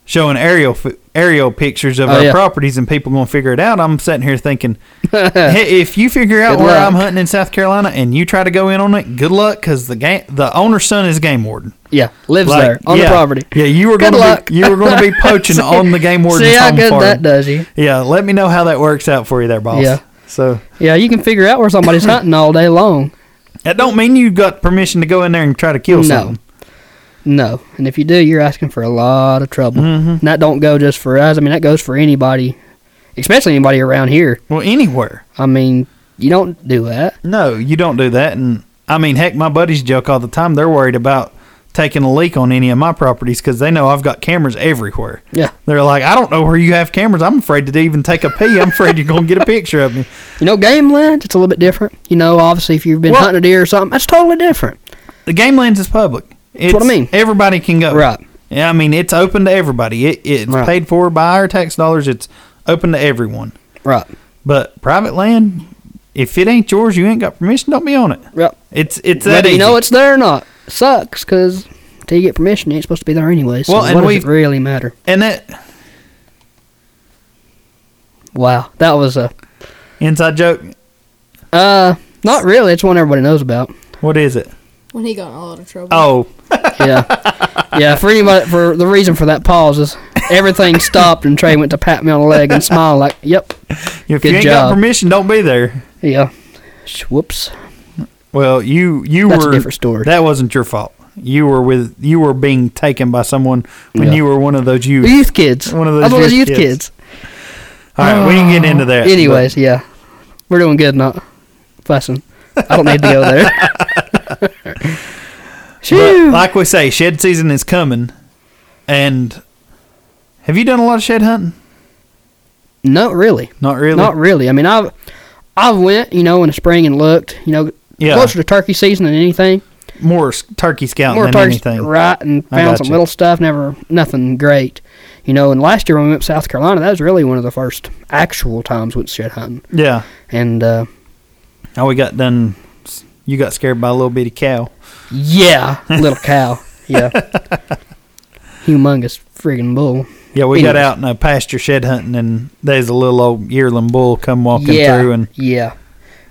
B: showing aerial f- aerial pictures of
C: Oh,
B: our
C: yeah.
B: properties and people going to figure it out. I'm sitting here
C: (laughs)
B: thinking, hey, if you figure out
C: Good
B: where I'm
C: luck.
B: hunting in South Carolina and you try to go in on it, good luck because the game the owner's son is game warden.
C: Yeah. Lives
B: Like,
C: there on
B: yeah.
C: the property.
B: Yeah, you were
C: Good
B: going
C: luck.
B: to you were going to
C: (laughs)
B: be poaching on the game warden's
C: See how
B: home
C: good
B: farm.
C: that does you.
B: Yeah, let me know how that works out for you there, boss.
C: Yeah.
B: So
C: Yeah, you can figure out where somebody's hunting all day long.
B: that don't mean you got permission to go in there and try to kill
C: No.
B: something.
C: No, and if you do, you're asking for a lot of trouble.
B: Mm-hmm.
C: And that don't go just for us. I mean, that goes for anybody, especially anybody around here.
B: Well, anywhere.
C: I mean, you don't do that.
B: No, you don't do that. And I mean, heck, my buddies joke all the time. They're worried about taking a leak on any of my properties because they know I've got cameras everywhere.
C: Yeah.
B: They're like, I don't know where you have cameras. I'm afraid to even take a pee. I'm afraid you're gonna get a picture of me.
C: You know, game land, it's a little bit different. You know, obviously, if you've been
B: Well-
C: hunting a deer or something, that's totally different.
B: The game lands is public. It's,
C: what I mean.
B: Everybody can go.
C: Right.
B: Yeah, I mean it's open to everybody. It, it's
C: Right.
B: paid for by our tax dollars. It's open to everyone.
C: Right.
B: But private land, if it ain't yours, you ain't got permission. Don't be on it.
C: Right.
B: It's it's that
C: Whether you
B: easy.
C: know it's there or not sucks because until you get permission, you ain't supposed to be there anyway. So
B: Well, and
C: what does
B: we've-
C: it really matter?
B: and that
C: Wow, that was a
B: inside joke.
C: uh, not really. It's one everybody knows about.
B: What is it?
D: When he got in a lot of trouble.
B: Oh,
C: yeah, yeah. For anybody, for the reason for that pause is everything stopped and Trey went to pat me on the leg and smile like, "Yep,
B: if you
C: Good
B: ain't got
C: job.
B: permission, don't be there.
C: yeah." Sh- Whoops,
B: Well, you you
C: That's a
B: were
C: different story.
B: That wasn't your fault. You were with you were being taken by someone when
C: Yeah.
B: you were one of those
C: the
B: youth.
C: youth kids.
B: One of those
C: That's one of those
B: youth
C: youth
B: kids.
C: kids.
B: All right, we can get into that.
C: Anyways, yeah, we're doing good, not fussing. I don't need to go there.
B: (laughs) but, but
C: Shoo.
B: like we say, shed season is coming. And have you done a lot of shed hunting?
C: no, really,
B: Not really.
C: not really. I mean, I've I went, you know, in the spring and looked, you know,
B: Yeah.
C: closer to turkey season than anything.
B: more s- turkey scouting
C: more
B: than
C: targets
B: anything.
C: right and
B: I
C: found
B: gotcha.
C: some little stuff never nothing great you know and last year when we went to south carolina that was really one of the first actual times we went shed hunting
B: Yeah.
C: and uh
B: Oh, we got done. You got scared by a little bitty cow. (laughs)
C: yeah little cow yeah humongous friggin' bull
B: Yeah, we got
C: Anyways.
B: out in a pasture shed hunting, and there's a little old yearling bull come walking
C: yeah
B: through, and
C: yeah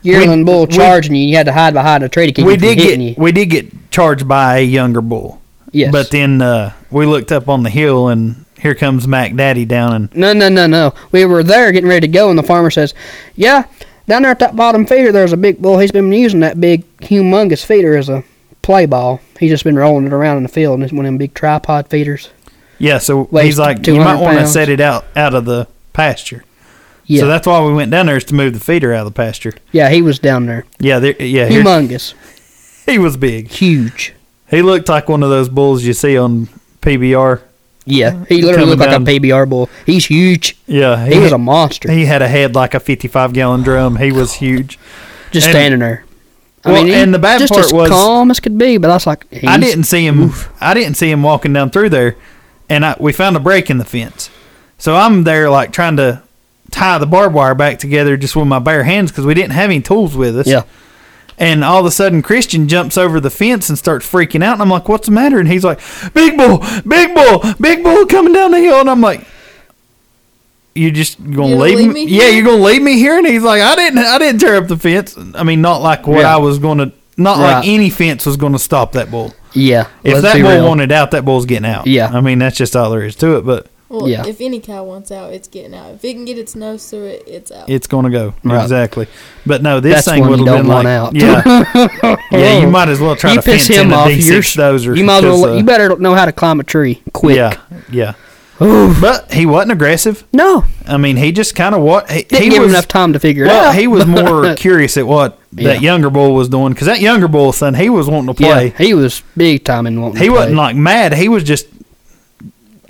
C: yearling bull
B: we-
C: charging you you had to hide behind a tree to keep
B: we
C: him from
B: did get
C: hitting you
B: we did get charged by a younger bull.
C: yes
B: But then uh, we looked up on the hill, and here comes Mac Daddy down, and
C: No, no, no, no. We were there getting ready to go, and the farmer says, Yeah, down there at that bottom feeder, there's a big bull. He's been using that big, humongous feeder as a play ball. He's just been rolling it around in the field, and it's one of them big tripod feeders.
B: yeah, so he's
C: Weighs
B: like, you might
C: 200
B: want to
C: pounds.
B: set it out out of the pasture.
C: Yeah,
B: So that's why we went down there is to move the feeder out of the pasture.
C: yeah, he was down there.
B: Yeah, there, yeah, here-
C: Humongous.
B: (laughs) he was big.
C: Huge.
B: He looked like one of those bulls you see on PBR.
C: Yeah, he literally
B: Uh-huh. Coming
C: looked
B: down.
C: like a PBR bull. He's huge.
B: Yeah,
C: He was a monster.
B: he had a head like a 55 gallon drum. He was huge.
C: just
B: and-
C: standing there.
B: Well, and the bad
C: just
B: part
C: as
B: was-
C: calm as could be, but I was like, he's,
B: I didn't see him. I didn't see him walking down through there, and I, we found a break in the fence. So I'm there like trying to tie the barbed wire back together just with my bare hands because we didn't have any tools with us.
C: Yeah,
B: And all of a sudden, Christian jumps over the fence and starts freaking out. And I'm like, "What's the matter?" And he's like, "Big bull, big bull, big bull coming down the hill." And I'm like, "You just gonna
D: You
B: leave,
D: leave
B: me?
D: me
B: Yeah,
D: here?
B: you're gonna leave me here?" And he's like, "I didn't, I didn't tear up the fence. I mean, not like what
C: Yeah.
B: I was gonna, not like
C: Right.
B: any fence was gonna stop that bull.
C: yeah.
B: If
C: let's
B: that
C: be
B: bull
C: real.
B: wanted out, that bull's getting out.
C: Yeah.
B: I mean, that's just all there is to it. But
D: Well,
C: Yeah.
D: if any cow wants out, it's getting out. If it can get its nose through it, it's out.
B: it's gonna go
C: Right.
B: exactly. But no, this
C: That's
B: thing
C: one
B: would
C: you
B: have been
C: don't
B: like,
C: want out.
B: yeah,
C: (laughs)
B: yeah. You might as well try
C: you
B: to
C: piss
B: fence in
C: him
B: a
C: off. You're,
B: D6 dozer.
C: you might as well.
B: because, uh,
C: you better know how to climb a tree quick. (sighs)
B: Yeah, yeah. But he wasn't aggressive.
C: No,
B: I mean, he just kind of what he,
C: didn't
B: he
C: give him
B: was.
C: enough time to figure it
B: well,
C: out.
B: he was
C: (laughs)
B: more curious at what
C: Yeah.
B: that younger bull was doing because that younger bull, son, he was wanting to
C: yeah,
B: play.
C: he was big time in wanting.
B: he
C: to
B: wasn't
C: play.
B: like mad. He was just,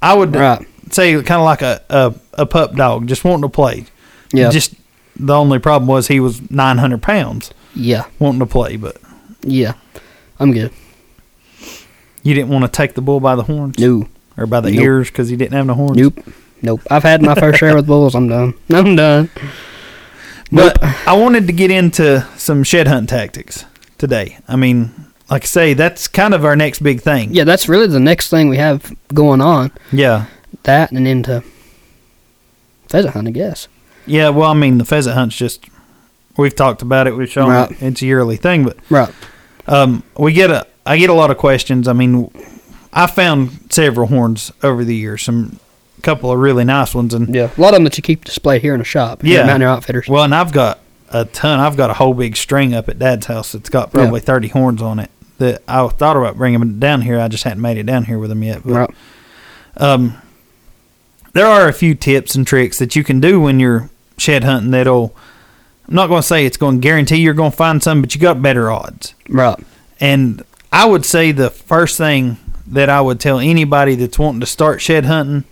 B: I would
C: Right.
B: say, kind of like a, a a pup dog, just wanting to play.
C: Yeah.
B: Just the only problem was he was nine hundred pounds
C: yeah,
B: wanting to play, but
C: yeah. I'm good.
B: you didn't want to take the bull by the horns
C: No,
B: or by the ears 'cause
C: Nope.
B: ears because he didn't have no horns.
C: nope, nope. I've had my first share with bulls. I'm done. (laughs) I'm done.
B: But I wanted to get into some shed hunt tactics today. I mean, like I say, that's kind of our next big thing.
C: Yeah, that's really the next thing we have going on.
B: Yeah.
C: That and into pheasant hunt, I guess.
B: Yeah, well, I mean, the pheasant hunt's just, we've talked about it. We've shown
C: Right.
B: it. It's a yearly thing, but
C: Right.
B: um, we get a, I get a lot of questions. I mean, I found several horns over the years, some couple of really nice ones. And
C: Yeah. A lot of them that you keep displayed here in the shop. here at
B: Yeah.
C: Mountaineer Outfitters.
B: Well, and I've got a ton. I've got a whole big string up at Dad's house that's got probably
C: Yeah.
B: 30 horns on it that I thought about bringing down here. I just hadn't made it down here with them yet. But
C: right.
B: there are a few tips and tricks that you can do when you're shed hunting that'll, I'm not going to say it's going to guarantee you're going to find some, but you got better odds.
C: Right.
B: And I would say the first thing that I would tell anybody that's wanting to start shed hunting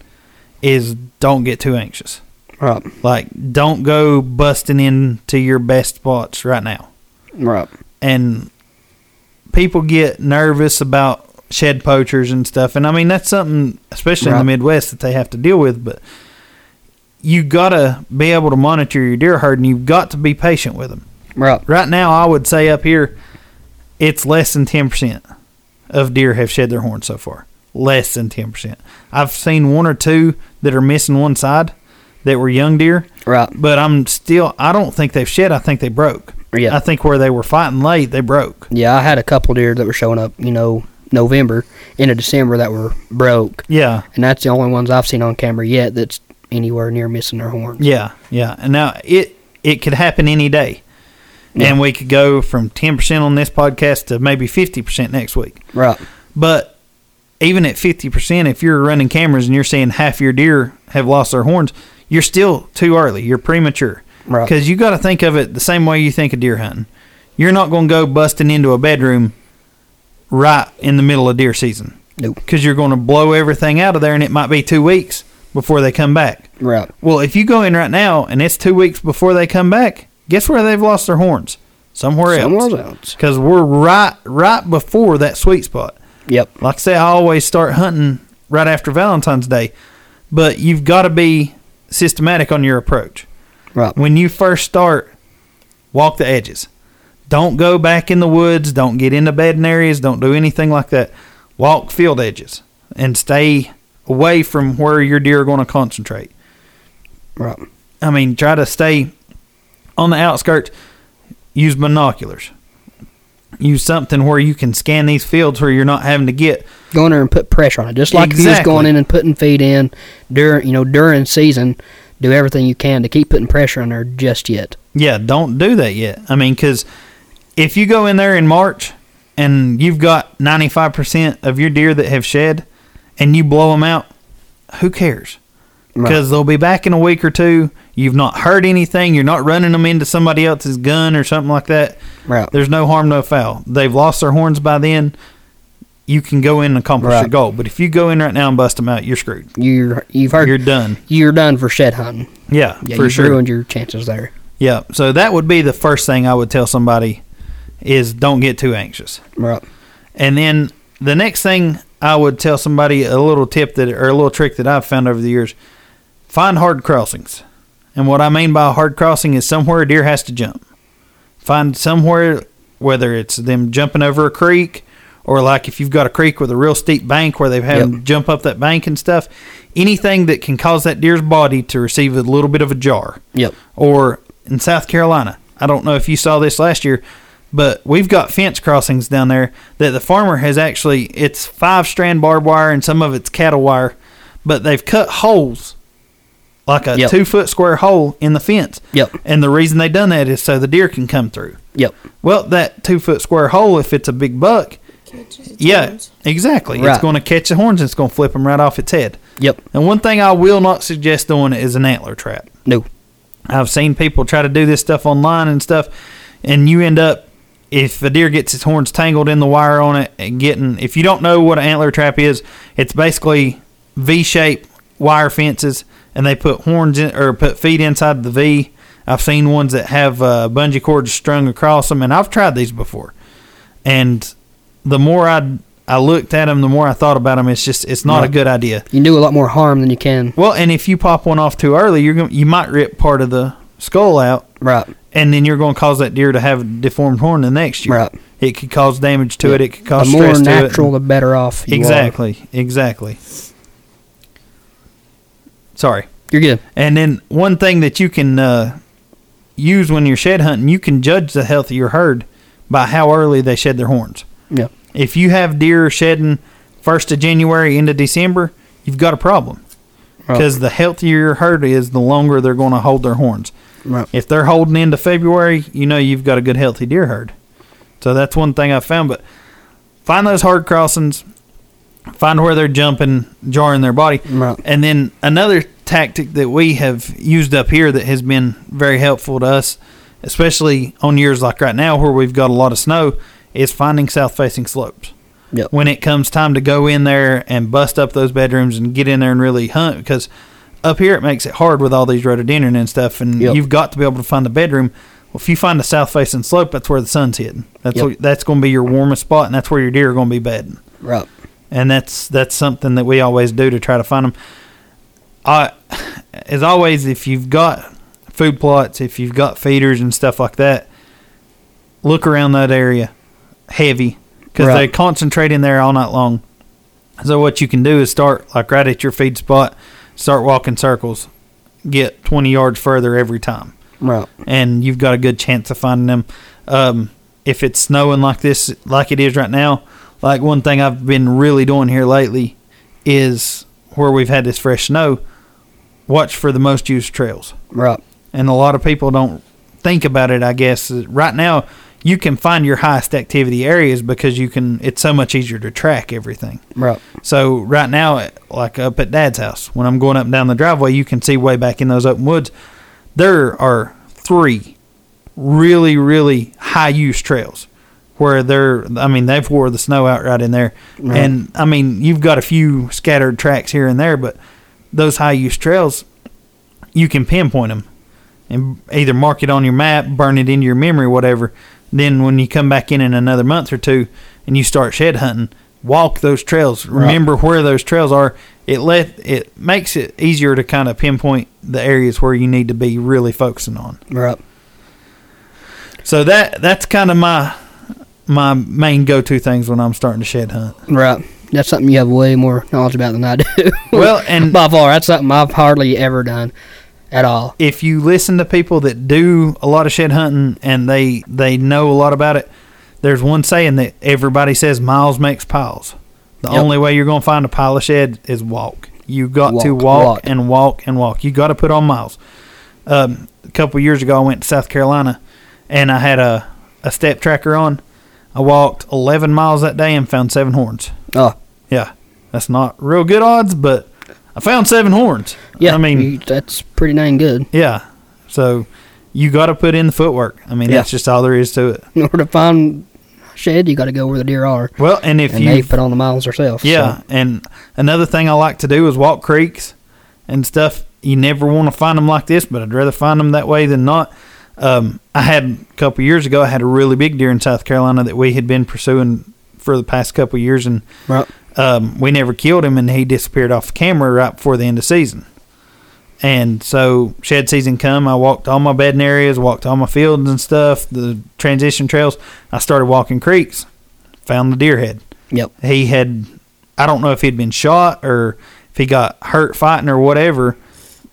B: is don't get too anxious.
C: Right.
B: Like, don't go busting into your best spots right now.
C: Right.
B: and people get nervous about shed poachers and stuff and i mean that's something especially in
C: Right.
B: the midwest that they have to deal with but you gotta be able to monitor your deer herd and you've got to be patient with them
C: Right.
B: right now i would say up here it's less than 10% of deer have shed their horns so far less than 10% i've seen one or two that are missing one side that were young deer
C: Right.
B: but i'm still i don't think they've shed i think they broke
C: Yeah.
B: i think where they were fighting late they broke
C: Yeah, I had a couple deer that were showing up, you know, November into December that were broke.
B: Yeah,
C: And that's the only ones I've seen on camera yet that's anywhere near missing their horns.
B: yeah, yeah. And now it it could happen any day, and we could go from ten percent on this podcast to maybe fifty percent next week.
C: Right.
B: But even at fifty percent, if you're running cameras and you're seeing half your deer have lost their horns, you're still too early. You're premature
C: Right.
B: because you got to think of it the same way you think of deer hunting. You're not going to go busting into a bedroom right in the middle of deer season
C: Nope.
B: because you're going to blow everything out of there, and it might be two weeks before they come back.
C: Right.
B: Well, if you go in right now and it's two weeks before they come back, guess where they've lost their horns? Somewhere
C: Somewhere
B: else.
C: else.
B: Because we're right right before that sweet spot.
C: Yep.
B: Like I say, I always start hunting right after Valentine's Day, but you've got to be systematic on your approach.
C: Right.
B: When you first start, walk the edges. Don't go back in the woods. Don't get into bedding areas. Don't do anything like that. Walk field edges and stay away from where your deer are going to concentrate.
C: Right.
B: I mean, try to stay on the outskirts. Use binoculars. Use something where you can scan these fields where you're not having to get.
C: Go in there and put pressure on it. Just like you was
B: Exactly.
C: going in and putting feed in during you know, during season, do everything you can to keep putting pressure on there just yet.
B: Yeah, don't do that yet. I mean, because if you go in there in March and you've got 95% of your deer that have shed and you blow them out, who cares? Because they'll be back in a week or two. You've not heard anything. You're not running them into somebody else's gun or something like that.
C: Right.
B: There's no harm, no foul. They've lost their horns by then. you can go in and accomplish
C: Right.
B: your goal. But if you go in right now and bust them out, you're screwed.
C: You're you've heard
B: You're
C: you're,
B: done.
C: done for shed hunting.
B: Yeah,
C: Yeah,
B: for
C: you've
B: sure.
C: ruined your chances there.
B: Yeah. So that would be the first thing I would tell somebody is don't get too anxious.
C: Right.
B: And then the next thing I would tell somebody a little tip that or a little trick that I've found over the years, find hard crossings. And what I mean by a hard crossing is somewhere a deer has to jump. Find somewhere whether it's them jumping over a creek or like if you've got a creek with a real steep bank where they've had
C: Yep.
B: them jump up that bank and stuff, anything that can cause that deer's body to receive a little bit of a jar
C: Yep.
B: or in South Carolina. I don't know if you saw this last year, but we've got fence crossings down there that the farmer has actually it's five strand barbed wire and some of it's cattle wire, but they've cut holes like a
C: Yep.
B: two foot square hole in the fence.
C: Yep.
B: And the reason they done that is so the deer can come through.
C: Yep.
B: Well, that two foot square hole, if it's a big buck,
D: Catches its
B: yeah,
D: horns.
B: exactly. It's
C: Right.
B: going to catch the horns and it's going to flip them right off its head.
C: Yep.
B: And one thing I will not suggest doing is an antler trap.
C: No.
B: I've seen people try to do this stuff online and stuff, and you end up if a deer gets its horns tangled in the wire on it and getting if you don't know what an antler trap is, it's basically V shaped wire fences and they put horns in or put feet inside the V. I've seen ones that have uh, bungee cords strung across them, and I've tried these before. And the more I I looked at them, the more I thought about them. It's just it's not a
C: Right.
B: good idea.
C: You can do a lot more harm than you can.
B: Well, and if you pop one off too early, you're going you might rip part of the skull out,
C: Right.
B: and then you're going to cause that deer to have a deformed horn the next year.
C: Right.
B: It could cause damage to it. It could
C: The
B: cause
C: more
B: stress
C: natural,
B: to
C: the better off.
B: it.
C: You Are.
B: Exactly. Exactly. Sorry.
C: You're good.
B: And then one thing that you can uh, use when you're shed hunting, you can judge the health of your herd by how early they shed their horns.
C: Yeah.
B: If you have deer shedding first of January into December, you've got a problem
C: Right.
B: because the healthier your herd is, the longer they're going to hold their horns.
C: Right.
B: If they're holding into February, you know you've got a good healthy deer herd. So that's one thing I found. But find those hard crossings, find where they're jumping, jarring their body,
C: Right.
B: and then another tactic that we have used up here that has been very helpful to us, especially on years like right now where we've got a lot of snow, is finding south facing slopes
C: Yep.
B: when it comes time to go in there and bust up those bedrooms and get in there and really hunt because up here it makes it hard with all these rhododendron and stuff and
C: Yep.
B: you've got to be able to find the bedroom well, if you find a south facing slope that's where the sun's hidden that's
C: Yep.
B: what, that's going to be your warmest spot and that's where your deer are going to be bedding
C: Right.
B: and that's that's something that we always do to try to find them. I, (laughs) as always, if you've got food plots, if you've got feeders and stuff like that, look around that area heavy because
C: Right.
B: they concentrate in there all night long. So what you can do is start like right at your feed spot, start walking circles, get twenty yards further every time
C: Right.
B: and you've got a good chance of finding them. Um, if it's snowing like this, like it is right now, like one thing I've been really doing here lately is where we've had this fresh snow, watch for the most used trails.
C: Right.
B: And a lot of people don't think about it, I guess. Right now, you can find your highest activity areas because you can, it's so much easier to track everything.
C: Right.
B: So right now, like up at Dad's house, when I'm going up and down the driveway, you can see way back in those open woods. There are three really, really high use trails where they're. I mean, they've wore the snow out right in there, and I mean, you've got a few scattered tracks here and there, but those high use trails, you can pinpoint them and either mark it on your map, burn it into your memory, whatever. Then when you come back in in another month or two and you start shed hunting, walk those trails. Remember where those trails are. It let it makes it easier to kind of pinpoint the areas where you need to be really focusing on.
C: Right.
B: So that that's kind of my my main go to things when I'm starting to shed hunt.
C: Right. That's something you have way more knowledge about than I do.
B: (laughs) Well, and
C: by far, that's something I've hardly ever done at all.
B: if you listen to people that do a lot of shed hunting and they they know a lot about it, there's one saying that everybody says miles makes piles. The
C: Yep.
B: only way you're going to find a pile of shed is walk. You got to
C: Walk,
B: walk,
C: walk.
B: and walk and walk. You got to put on miles. Um, a couple years ago, I went to South Carolina, and I had a a step tracker on. I walked 11 miles that day and found seven horns.
C: Oh,
B: Yeah, that's not real good odds, but I found seven horns.
C: yeah.
B: I mean,
C: you- that's pretty dang good. (laughs)
B: yeah. So you got to put in the footwork. I mean,
C: Yeah.
B: that's just all there is to it.
C: In order to find shed, you got to go where the deer are.
B: Well, and if
C: and
B: you
C: they put on the miles themselves.
B: Yeah, and another thing I like to do is walk creeks and stuff. You never want to find them like this, but I'd rather find them that way than not. Um, I had a couple years ago. I had a really big deer in South Carolina that we had been pursuing for the past couple years, and
C: So, right.
B: um, we never killed him, and he disappeared off camera right before the end of season. And so shed season come, I walked all my bedding areas, walked all my fields and stuff, the transition trails. I started walking creeks, found the deer head
C: Yep.
B: he had I don't know if he'd been shot or if he got hurt fighting or whatever.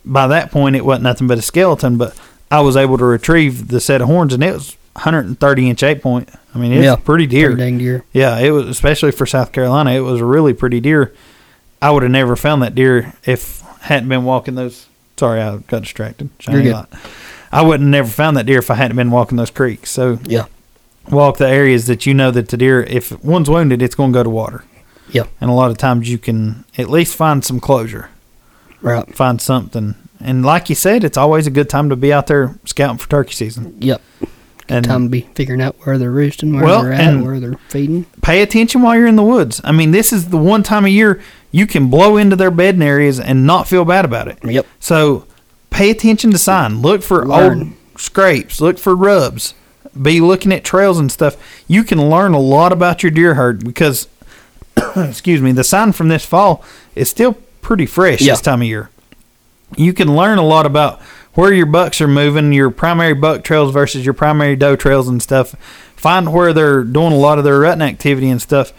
B: By that point, it wasn't nothing but a skeleton, but I was able to retrieve the set of horns, and it was 130 inch eight point. I mean, it's
C: Yeah,
B: pretty deer.
C: Pretty dang deer.
B: Yeah, it was especially for South Carolina. It was a really pretty deer. I would have never found that deer if I hadn't been walking those. Sorry, I got distracted. Shiny
C: good.
B: light. I wouldn't have never found that deer if I hadn't been walking those creeks. So
C: Yeah.
B: walk the areas that you know that the deer, if one's wounded, it's going to go to water
C: Yeah.
B: and a lot of times you can at least find some closure,
C: Right.
B: find something. And like you said, it's always a good time to be out there scouting for turkey season.
C: Yep.
B: And
C: Time to be figuring out where they're roosting, where
B: Well,
C: they're at,
B: and-
C: where they're feeding.
B: pay attention while you're in the woods. I mean, this is the one time of year you can blow into their bedding areas and not feel bad about it.
C: Yep.
B: So pay attention to sign. Look for
C: Learn.
B: old scrapes. Look for rubs. Be looking at trails and stuff. You can learn a lot about your deer herd because, (coughs) excuse me, the sign from this fall is still pretty fresh
C: Yeah.
B: this time of year. You can learn a lot about where your bucks are moving, your primary buck trails versus your primary doe trails and stuff. Find where they're doing a lot of their rutting activity and stuff,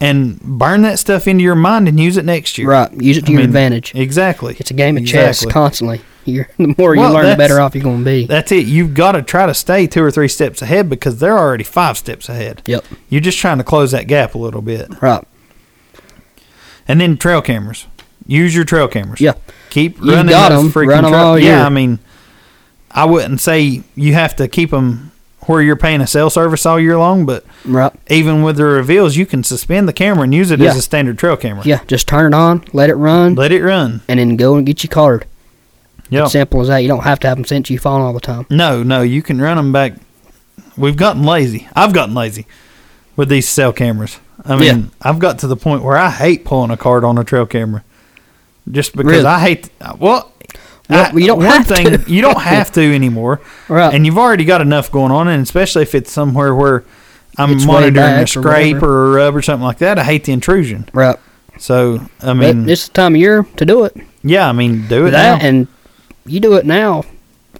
B: and burn that stuff into your mind and use it next year.
C: Right. Use it to
B: I
C: your
B: mean,
C: advantage.
B: Exactly.
C: It's a game of chess
B: Exactly.
C: constantly. You're, the more you
B: Well,
C: learn, the
B: that's-
C: better off you're going to be.
B: That's it. You've got to try to stay two or three steps ahead because they're already five steps ahead.
C: Yep.
B: You're just trying to close that gap a little bit.
C: Right.
B: And then trail cameras. Use your trail cameras.
C: Yeah.
B: Keep
C: You
B: running
C: got
B: those
C: 'em.
B: freaking
C: Run 'em
B: trail-
C: all
B: Yeah,
C: year.
B: I mean, I wouldn't say you have to keep them where you're paying a cell service all year long, but
C: Right.
B: even with the reveals, you can suspend the camera and use it as
C: Yeah.
B: a standard trail camera.
C: Yeah. Just turn it on, let it run,
B: Let it run.
C: and then go and get your card.
B: Yeah.
C: Simple as that. You don't have to have them sent to your phone all the time.
B: No, no, you can run them back. We've gotten lazy. I've gotten lazy with these cell cameras. I mean,
C: Yeah.
B: I've got to the point where I hate pulling a card on a trail camera, just because
C: Really?
B: I hate. Well,
C: Well, you don't
B: one
C: have
B: thing
C: to.
B: you
C: (laughs)
B: don't have to anymore,
C: Right.
B: And you've already got enough going on, and especially if it's somewhere where I'm
C: It's way
B: monitoring a
C: back or
B: scrape
C: whatever.
B: or a rub or something like that. I hate the intrusion.
C: Right.
B: So I
C: But
B: mean,
C: this is the time of year to do it.
B: yeah, I mean, do it
C: that
B: now.
C: and you do it now,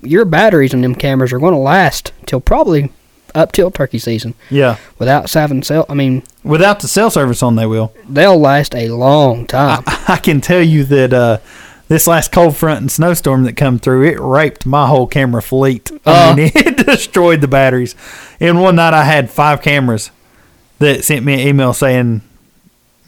C: your batteries on them cameras are going to last till probably up till turkey season
B: yeah,
C: without having cell. I mean,
B: without the cell service on, they will.
C: they'll last a long time.
B: I can tell you that uh, this last cold front and snowstorm that come through, it raped my whole camera fleet. I
C: Uh.
B: mean, (laughs) it destroyed the batteries. And one night I had five cameras that sent me an email saying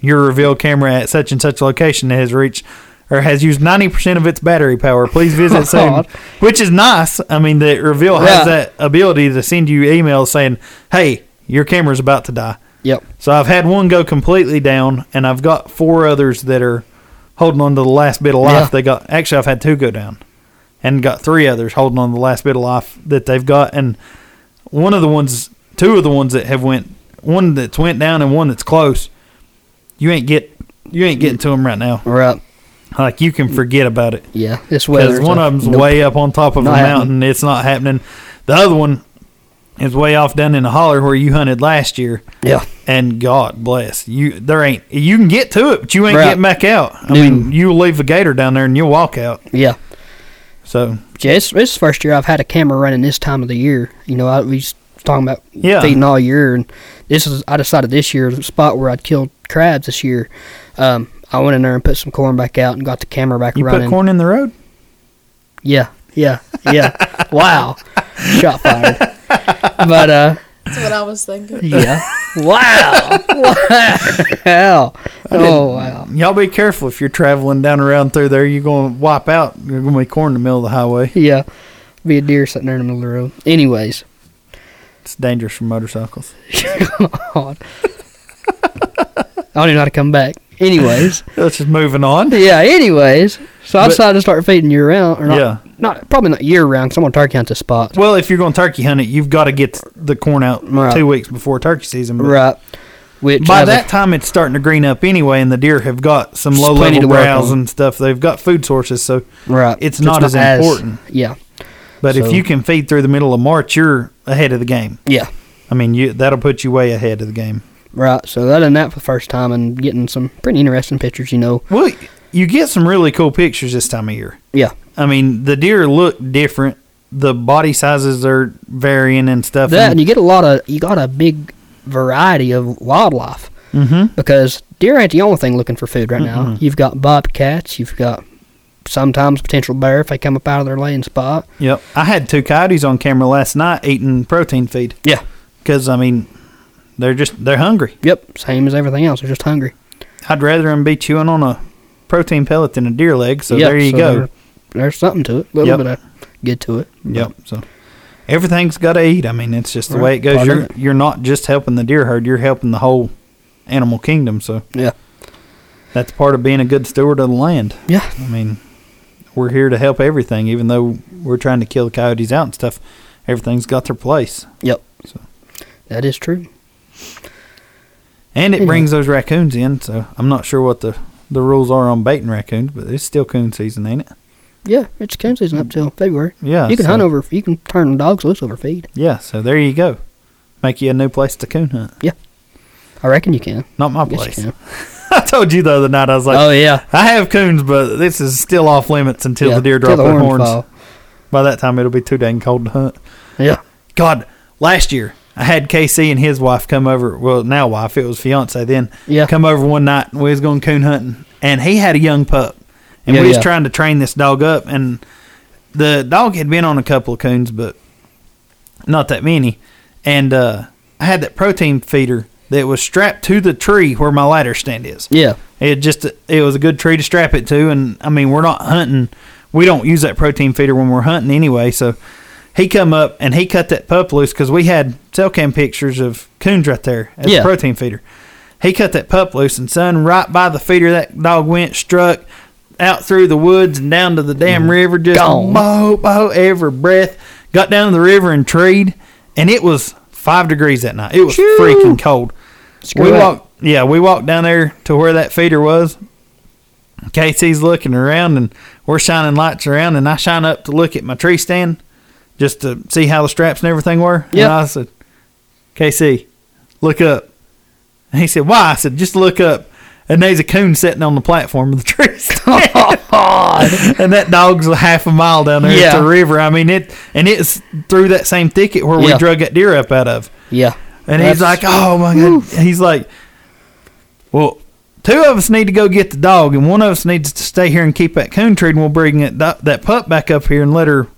B: your reveal camera at such and such location has reached or has used 90% of its battery power. Please visit soon.
C: God.
B: Which is nice. I mean, the reveal has
C: Right.
B: that ability to send you emails saying, hey, your camera's about to die.
C: yep.
B: So I've had one go completely down, and I've got four others that are holding on to the last bit of life.
C: Yeah.
B: They got actually, I've had two go down, and got three others holding on to the last bit of life that they've got. And one of the ones, two of the ones that have went, one that's went down and one that's close. You ain't get, you ain't getting to them right now.
C: Right.
B: Like you can forget about it
C: Yeah.
B: because
C: This weather.
B: one of them's way up on top of
C: Not
B: a
C: happening.
B: mountain. It's not happening. The other one is way off down in the holler where you hunted last year
C: Yeah.
B: and God bless you. There ain't you can get to it, but you ain't
C: Right.
B: getting back out. I
C: No.
B: mean, you leave the gator down there and you'll walk out.
C: Yeah.
B: So
C: Yeah, it's, it's the first year I've had a camera running this time of the year. You know, I we was talking about
B: Yeah.
C: feeding all year, and this is I decided this year the spot where I'd killed crabs this year. Um, I went in there and put some corn back out and got the camera back
B: you
C: running.
B: put corn in the road.
C: Yeah, yeah,
B: (laughs)
C: yeah. wow, shot fired. But uh,
D: That's what I was thinking.
C: yeah. Wow,
B: (laughs)
C: wow. Oh wow.
B: Y'all be careful if you're traveling down around through there. You're going to wipe out. You're going to be corn in the middle of the highway.
C: Yeah, be a deer sitting there in the middle of the road. Anyways,
B: It's dangerous for motorcycles.
C: (laughs) God. I don't even know how to come back. Anyways.
B: Let's just moving on.
C: Yeah. Anyways, so I
B: But-
C: decided to start feeding year round, or not
B: Yeah,
C: not probably not year round because I'm on turkey hunt this spot.
B: Well, if you're going turkey hunting, you've got to get the corn out
C: Right.
B: two weeks before turkey season. but
C: Right. Which
B: By
C: has a-
B: that time, it's starting to green up anyway, and the deer have got some low
C: plenty
B: level
C: to work
B: browse
C: on.
B: and stuff. They've got food sources, so
C: right,
B: it's not as important.
C: Yeah,
B: But
C: So-
B: if you can feed through the middle of March, you're ahead of the game.
C: yeah,
B: I mean, you that'll put you way ahead of the game.
C: right. So that and that for the first time and getting some pretty interesting pictures. You know,
B: Well, you get some really cool pictures this time of year.
C: yeah,
B: I mean, the deer look different. The body sizes are varying and stuff.
C: that and
B: and-
C: you get a lot of you got a big variety of wildlife
B: Mhm.
C: because deer ain't the only thing looking for food right now. You've got bobcats. You've got sometimes potential bear if they come up out of their laying spot.
B: Yep. I had two coyotes on camera last night eating protein feed
C: Yeah.
B: because I mean, they're just they're hungry.
C: Yep. Same as everything else. They're just hungry.
B: I'd rather them be chewing on a protein pellet than a deer leg. So
C: Yep,
B: there you
C: so
B: go.
C: there- There's something to it. A little
B: Yep.
C: bit of good to it.
B: Yep. So everything's got to eat. I mean, it's just the way it
C: Right,
B: goes.
C: part of
B: You're
C: it.
B: you're not just helping the deer herd. You're helping the whole animal kingdom. So
C: Yeah.
B: that's part of being a good steward of the land.
C: Yeah.
B: I mean, we're here to help everything, even though we're trying to kill the coyotes out and stuff. Everything's got their place.
C: Yep.
B: So-
C: That is true.
B: And it
C: Yeah.
B: brings those raccoons in, so I'm not sure what the, the rules are on baiting raccoons, but it's still coon season, ain't it?
C: Yeah, it's coon season up till February.
B: Yeah,
C: You can hunt
B: so-
C: over you can turn dogs loose over feed.
B: Yeah, so there you go. Make you a new place to coon hunt.
C: Yeah. I reckon you can.
B: Not my
C: Yes, you
B: place.
C: can.
B: (laughs) I told you the other night, I was like,
C: oh yeah.
B: I have coons, but this is still off limits until
C: Yeah,
B: the deer
C: till
B: drop their
C: horns
B: horns.
C: fall.
B: By that time, it'll be too dang cold to hunt.
C: Yeah.
B: God, last year I had KC and his wife come over. Well, now wife, it was fiance then.
C: Yeah.
B: Come over one night and we was going coon hunting, and he had a young pup, and
C: Yeah,
B: we was
C: yeah.
B: trying to train this dog up, and the dog had been on a couple of coons, but not that many. And uh, I had that protein feeder that was strapped to the tree where my ladder stand is.
C: Yeah.
B: It just it was a good tree to strap it to, and I mean we're not hunting. We don't use that protein feeder when we're hunting anyway. So he come up and he cut that pup loose because we had cell cam pictures of coons right there as
C: Yeah.
B: a protein feeder. He cut that pup loose, and son, right by the feeder that dog went, struck out through the woods and down to the damn river, just
C: Mm. Gone.
B: bow bow every breath. Got down to the river and treed, and it was five degrees that night. It was
C: Phew.
B: freaking cold
C: Screw
B: we
C: that.
B: walked, yeah, we walked down there to where that feeder was. Casey's looking around, and we're shining lights around, and I shine up to look at my tree stand just to see how the straps and everything were.
C: Yep.
B: And I said, "KC, look up." And he said, "Why?" I said, "Just look up." And there's a coon sitting on the platform of the (laughs) tree stand. and that dog's a half a mile down there
C: Yeah.
B: at the river. I mean, it and it's through that same thicket where we
C: Yeah.
B: drug that deer up out of.
C: (laughs) Yeah.
B: And
C: That's-
B: he's like, "Oh my god!" He's like, "Well, two of us need to go get the dog, and one of us needs to stay here and keep that coon tree, and we'll bring it, that that pup back up here and let her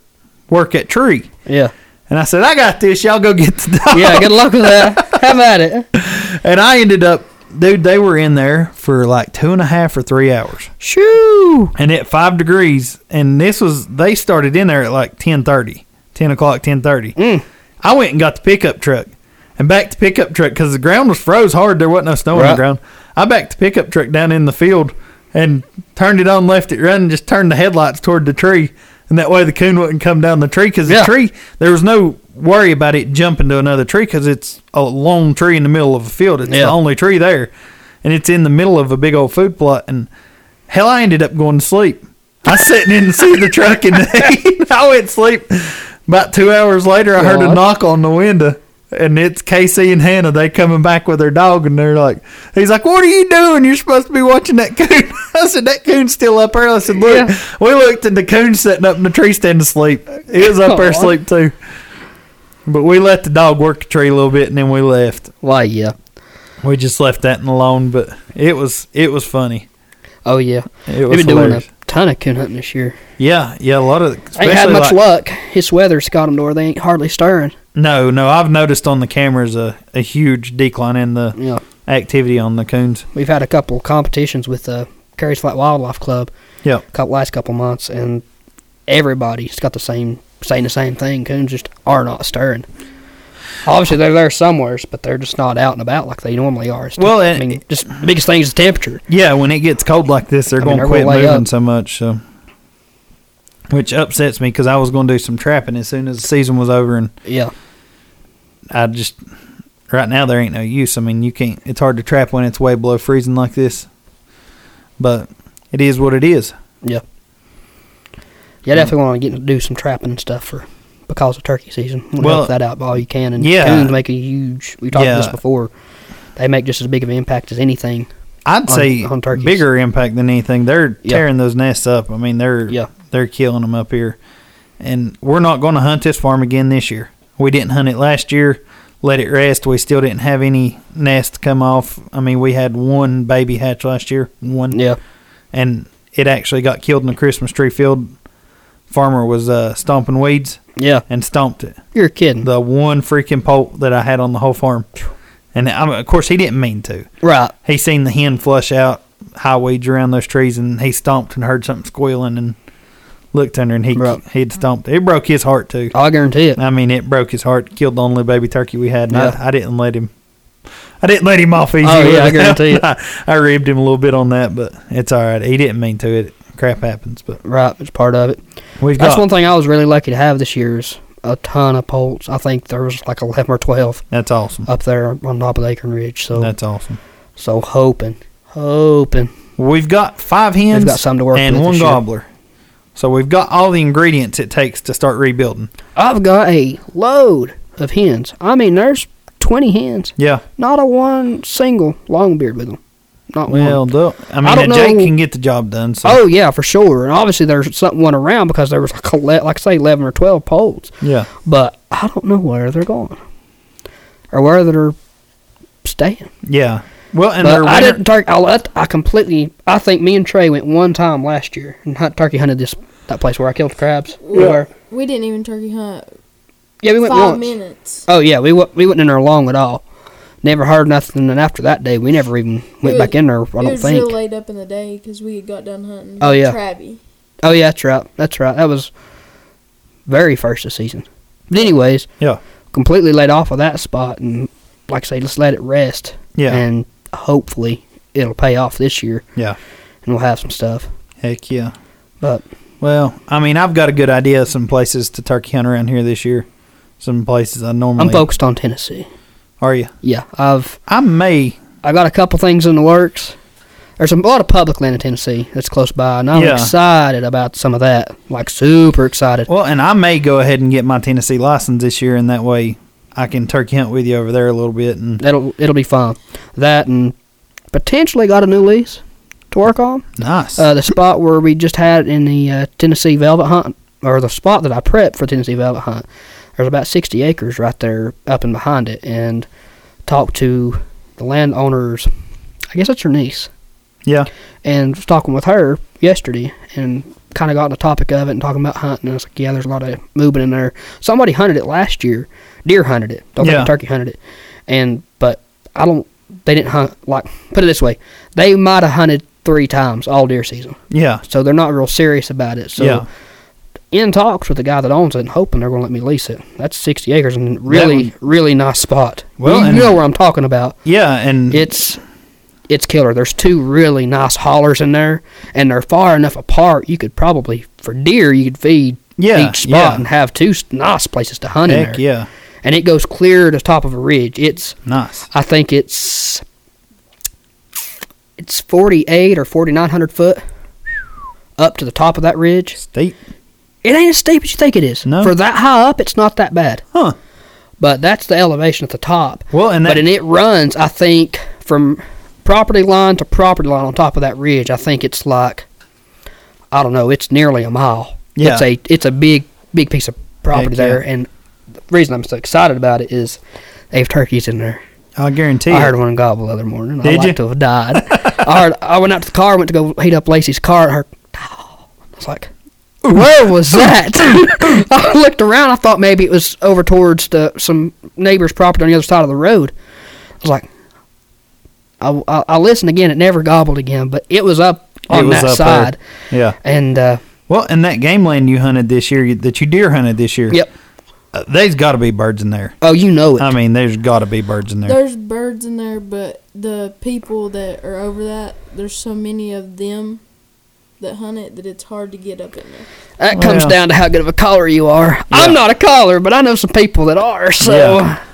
B: work at tree."
C: Yeah.
B: And I said, "I got this. Y'all go get the dog." (laughs)
C: Yeah, good luck with that. Have at it.
B: And I ended up, dude. They were in there for like two and a half or three hours,
C: Shoo.
B: and at five degrees. And this was they started in there at like 10:30, 10 o'clock, ten thirty.
C: Mm.
B: I went and got the pickup truck and backed the pickup truck because the ground was froze hard. There wasn't no snow on
C: Right.
B: the ground. I backed the pickup truck down in the field and turned it on, left it running, just turned the headlights toward the tree. And that way the coon wouldn't come down the tree because
C: Yeah.
B: the tree, there was no worry about it jumping to another tree because it's a lone tree in the middle of a field. It's
C: Yeah.
B: the only tree there. And it's in the middle of a big old food plot. And hell, I ended up going to sleep. I sitting in the seat of the truck and (laughs) I went to sleep. About two hours later, I heard a
C: God.
B: knock on the window, and it's Casey and Hannah. They coming back with their dog, and they're like, "He's like, what are you doing? You're supposed to be watching that coon." (laughs) I said, "That coon's still up there." I said, "Look,
C: Yeah.
B: we looked, and the coon's sitting up in the tree stand asleep. He was up there
C: Aw.
B: asleep too." But we let the dog work the tree a little bit, and then we left.
C: Why, yeah.
B: We just left that alone, but it was it was funny.
C: Oh, yeah.
B: It
C: We've
B: was
C: been
B: hilarious.
C: doing a ton of coon hunting this year.
B: Yeah, yeah, a lot of
C: ain't had
B: especially like-
C: much luck. His weather's got him to where they ain't hardly stirring.
B: No, no, I've noticed on the cameras a, a huge decline in the
C: Yeah.
B: activity on the coons.
C: We've had a couple competitions with the Carries Flat Wildlife Club
B: Yep.
C: couple last couple months, and everybody's got the same saying the same thing. Coons just are not stirring. Obviously, they're there somewheres, but they're just not out and about like they normally are. It's
B: Well,
C: I
B: and-
C: mean, just the biggest thing is the temperature.
B: Yeah, when it gets cold like this, they're
C: I mean,
B: going to
C: they're
B: quit
C: gonna lay
B: moving
C: up.
B: so much. So which upsets me because I was going to do some trapping as soon as the season was over, and
C: Yeah.
B: I just right now there ain't no use. I mean, you can't. It's hard to trap when it's way below freezing like this, but it is what it is.
C: Yeah. Yeah, I definitely want to get do some trapping and stuff for because of turkey season. Want to
B: Well,
C: help that out by all you can. And
B: yeah.
C: coons make a huge. We talked about
B: Yeah.
C: this before. They make just as big of an impact as anything.
B: I'd
C: On-
B: say
C: on turkeys.
B: bigger impact than anything. They're
C: Yeah.
B: tearing those nests up. I mean, they're
C: Yeah.
B: they're killing them up here, and we're not going to hunt this farm again this year. We didn't hunt it last year. Let it rest. We still didn't have any nest come off. I mean, we had one baby hatch last year. One.
C: Yeah.
B: and it actually got killed in a Christmas tree field. Farmer was uh, stomping weeds
C: Yeah.
B: and stomped it.
C: You're kidding.
B: The one freaking poult that I had on the whole farm, and I, of course he didn't mean to.
C: right.
B: He seen the hen flush out high weeds around those trees, and he stomped and heard something squealing and looked under, and he
C: Right.
B: he'd stomped. It broke his heart too.
C: I guarantee it.
B: I mean, it broke his heart. Killed the only baby turkey we had. And
C: Yeah.
B: I, I didn't let him. I didn't let him off easy.
C: Oh, yeah,
B: with
C: I
B: it.
C: guarantee it.
B: (laughs) I, I ribbed him a little bit on that, but it's all right. He didn't mean to. It crap happens, but
C: Right. It's part of it.
B: we've
C: That's
B: got.
C: one thing I was really lucky to have this year is a ton of poults. I think there was like 11 or 12
B: that's awesome.
C: up there on top of Acorn Ridge. So,
B: That's awesome.
C: so hoping, hoping.
B: We've got five hens
C: We've got some to work
B: and
C: with
B: one
C: this year.
B: gobbler. So we've got all the ingredients it takes to start rebuilding.
C: I've got a load of hens. I mean, there's 20 hens.
B: Yeah.
C: Not a one single long beard with them. Not
B: Well,
C: one.
B: the, I mean,
C: I don't
B: a Jake
C: know-
B: can get the job done. So
C: Oh yeah, for sure. And obviously there's something one around because there was like, ele- like say 11 or 12 poles.
B: yeah,
C: But I don't know where they're going or where they're staying.
B: yeah. Well, and
C: But
B: they're
C: I
B: winter-
C: didn't turkey. I, let- I completely. I think me and Trey went one time last year and hunt turkey hunted this that place where I killed crabs. Yeah, where,
D: We didn't even turkey hunt
C: yeah we went
D: five
C: once.
D: minutes.
C: Oh yeah, we wa- we went in there long at all. Never heard nothing, and after that day, we never even went
D: It
C: back in there. I
D: it
C: don't
D: was
C: think.
D: real late up in the day because we had got done hunting.
C: Oh, yeah.
D: Travie.
C: Oh yeah, that's right. That's right. That was very first of season. But anyways,
B: yeah,
C: completely laid off of that spot, and like I say, just let it rest.
B: Yeah.
C: And hopefully it'll pay off this year,
B: yeah.
C: and we'll have some stuff.
B: Heck yeah.
C: But
B: Well, I mean, I've got a good idea of some places to turkey hunt around here this year. Some places I normally
C: I'm focused on Tennessee.
B: Are you?
C: Yeah, I've
B: I may.
C: I got a couple things in the works. There's a lot of public land in Tennessee that's close by, and I'm
B: Yeah.
C: excited about some of that. Like super excited.
B: Well, and I may go ahead and get my Tennessee license this year, and that way I can turkey hunt with you over there a little bit. And
C: It'll it'll be fun. That and potentially got a new lease to work on.
B: nice.
C: Uh, the spot where we just had in the uh, Tennessee velvet hunt, or the spot that I prepped for Tennessee velvet hunt, there's about 60 acres right there up and behind it, and talked to the landowners. I guess that's your niece,
B: yeah.
C: and was talking with her yesterday, and kind of got on the topic of it and talking about hunting. And I was like, yeah, there's a lot of movement in there. Somebody hunted it last year, deer hunted it. Don't
B: Yeah.
C: think a turkey hunted it, and but I don't. They didn't hunt like put it this way, they might have hunted three times all deer season
B: Yeah.
C: so they're not real serious about it. So
B: yeah.
C: in talks with the guy that owns it and hoping they're going to let me lease it. That's 60 acres and really, really nice spot.
B: Well,
C: Well, you
B: and- Mm.
C: know where I'm talking about.
B: Yeah. And
C: It's it's killer. There's two really nice hollers in there, and they're far enough apart. You could probably for deer you could feed
B: Yeah,
C: each spot
B: yeah.
C: and have two s- nice places to hunt in
B: heck
C: there.
B: yeah.
C: And it goes clear to the top of a ridge. It's
B: Nice.
C: I think it's it's 48 or 4900 foot up to the top of that ridge.
B: State.
C: It ain't as steep as you think it is.
B: No.
C: For that high up, it's not that bad.
B: Huh.
C: But that's the elevation at the top.
B: Well, and that.
C: but and it runs, I think, from property line to property line on top of that ridge. I think it's like, I don't know, it's nearly a mile.
B: Yeah.
C: It's a it's a big big piece of property
B: Heck yeah.
C: there, and the reason I'm so excited about it is they have turkeys in there.
B: I guarantee.
C: I
B: it.
C: heard one gobble the other morning.
B: Did
C: I like
B: you?
C: to have died. I heard. I went out to the car, went to go heat up Lacey's car. and I heard. I was like, where was that? (laughs) I looked around. I thought maybe it was over towards the, some neighbor's property on the other side of the road. I was like, I, I, I listened again. It never gobbled again, but it was up on
B: was up
C: that
B: there.
C: side.
B: Yeah.
C: And uh,
B: Well, and that game land you hunted this year, that you deer hunted this year.
C: yep.
B: Uh, there's got to be birds in there.
C: Oh, you know it.
B: I mean, there's got to be birds in there.
D: There's birds in there, but the people that are over that, there's so many of them that hunt it that it's hard to get up in there.
C: That comes
B: Yeah.
C: down to how good of a caller you are. I'm not a caller, but I know some people that are, so
B: Yeah.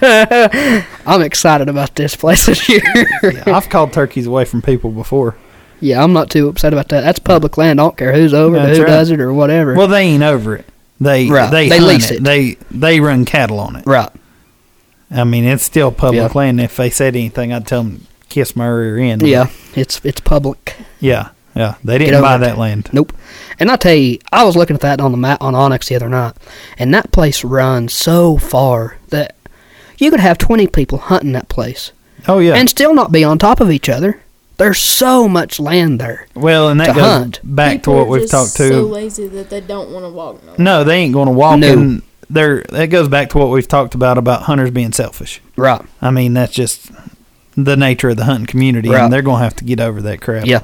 C: (laughs) I'm excited about this place this year.
B: Yeah, I've called turkeys away from people before.
C: yeah, I'm not too upset about that. That's public land. I don't care who's over, it,
B: That's
C: who
B: right.
C: does it, or whatever.
B: Well, they ain't over it. They
C: Right.
B: they,
C: They
B: hunt
C: lease it.
B: They they run cattle on it.
C: right.
B: I mean, it's still public
C: Yeah.
B: land. If they said anything, I'd tell them kiss my rear end.
C: Yeah, it's it's public.
B: yeah, yeah. They
C: Get
B: didn't
C: over
B: buy
C: it.
B: that land.
C: Nope. And I tell you, I was looking at that on the map on Onyx the other night, and that place runs so far that you could have 20 people hunting that place
B: Oh yeah.
C: and still not be on top of each other. There's so much land there.
B: well, and
C: to
B: that goes
C: hunt.
B: back
D: People
B: to what
D: are
B: we've
D: just
B: talked to.
D: So lazy that they don't want to walk no.
B: no, they ain't going to walk.
C: No.
B: in there. That goes back to what we've talked about about hunters being selfish.
C: Right.
B: I mean, that's just the nature of the hunting community,
C: Right.
B: and they're going to have to get over that crap.
C: Yeah.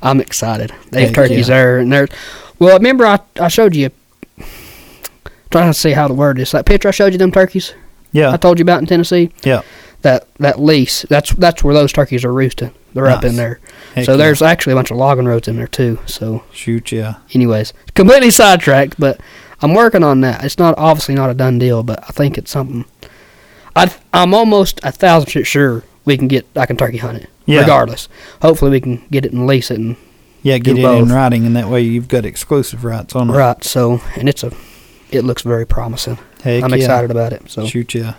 C: I'm excited. They have
B: Heck
C: turkeys
B: yeah.
C: there and there's well, remember I, I showed you trying to see how the word is. That picture I showed you them turkeys
B: yeah,
C: I told you about in Tennessee.
B: yeah.
C: That that lease. That's that's where those turkeys are roosting. They're up
B: Nice.
C: in there.
B: Heck
C: so
B: yeah.
C: there's actually a bunch of logging roads in there too. So
B: shoot. Yeah,
C: anyways, completely sidetracked, but I'm working on that. It's not obviously not a done deal, but I think it's something. I I'm almost a thousand percent sure we can get I can turkey hunt it.
B: Yeah.
C: Regardless, hopefully we can get it and lease it and
B: yeah. Get
C: Do
B: it
C: both.
B: in writing, and that way you've got exclusive rights on it.
C: right. So and it's a, it looks very promising.
B: Heck
C: I'm
B: yeah.
C: excited about it. So
B: Shoot. Yeah.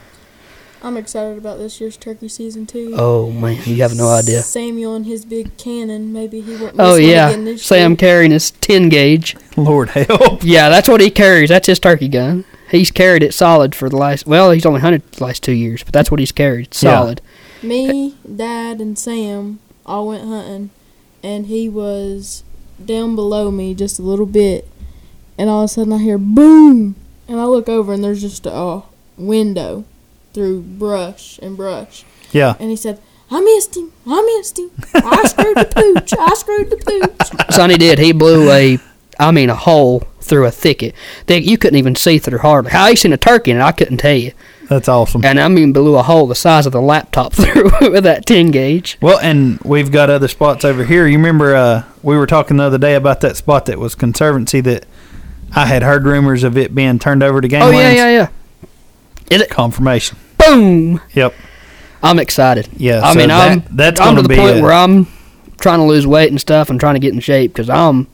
D: I'm excited about this year's turkey season too.
C: oh man, you have no idea.
D: Samuel and his big cannon. Maybe he won't.
C: Oh
D: miss one again
C: yeah,
D: this
C: Sam
D: year.
C: carrying his ten gauge.
B: Lord help. (laughs)
C: Yeah, that's what he carries. That's his turkey gun. He's carried it solid for the last. Well, he's only hunted the last two years, but that's what he's carried
B: Yeah.
C: solid.
D: Me, Dad, and Sam all went hunting, and he was down below me just a little bit, and all of a sudden I hear boom, and I look over and there's just a uh, window through brush and brush,
B: Yeah.
D: and he said, "I missed him! I missed him! I screwed the pooch! I screwed the pooch!"
C: Sonny did. He blew a, I mean, a hole through a thicket that you couldn't even see through hardly. How he seen a turkey in it, I couldn't tell you.
B: That's awesome.
C: And I mean, blew a hole the size of the laptop (laughs) through it with that ten gauge.
B: Well, and we've got other spots over here. You remember uh, we were talking the other day about that spot that was conservancy that I had heard rumors of it being turned over to game.
C: Oh yeah,
B: lands?
C: yeah, yeah.
B: Confirmation.
C: Boom!
B: Yep.
C: I'm excited.
B: Yeah,
C: I
B: so
C: mean,
B: that-
C: I'm
B: that's
C: I'm to
B: gonna
C: the
B: be
C: point
B: a-
C: where I'm trying to lose weight and stuff, and trying to get in shape because I'm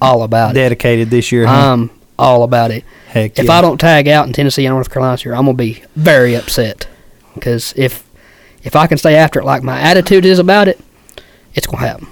C: all about it.
B: Dedicated this year. huh?
C: I'm all about it.
B: Heck
C: Um, If
B: yeah.
C: I don't tag out in Tennessee and North Carolina this year, I'm gonna be very upset. Because if if I can stay after it like my attitude is about it, it's gonna happen.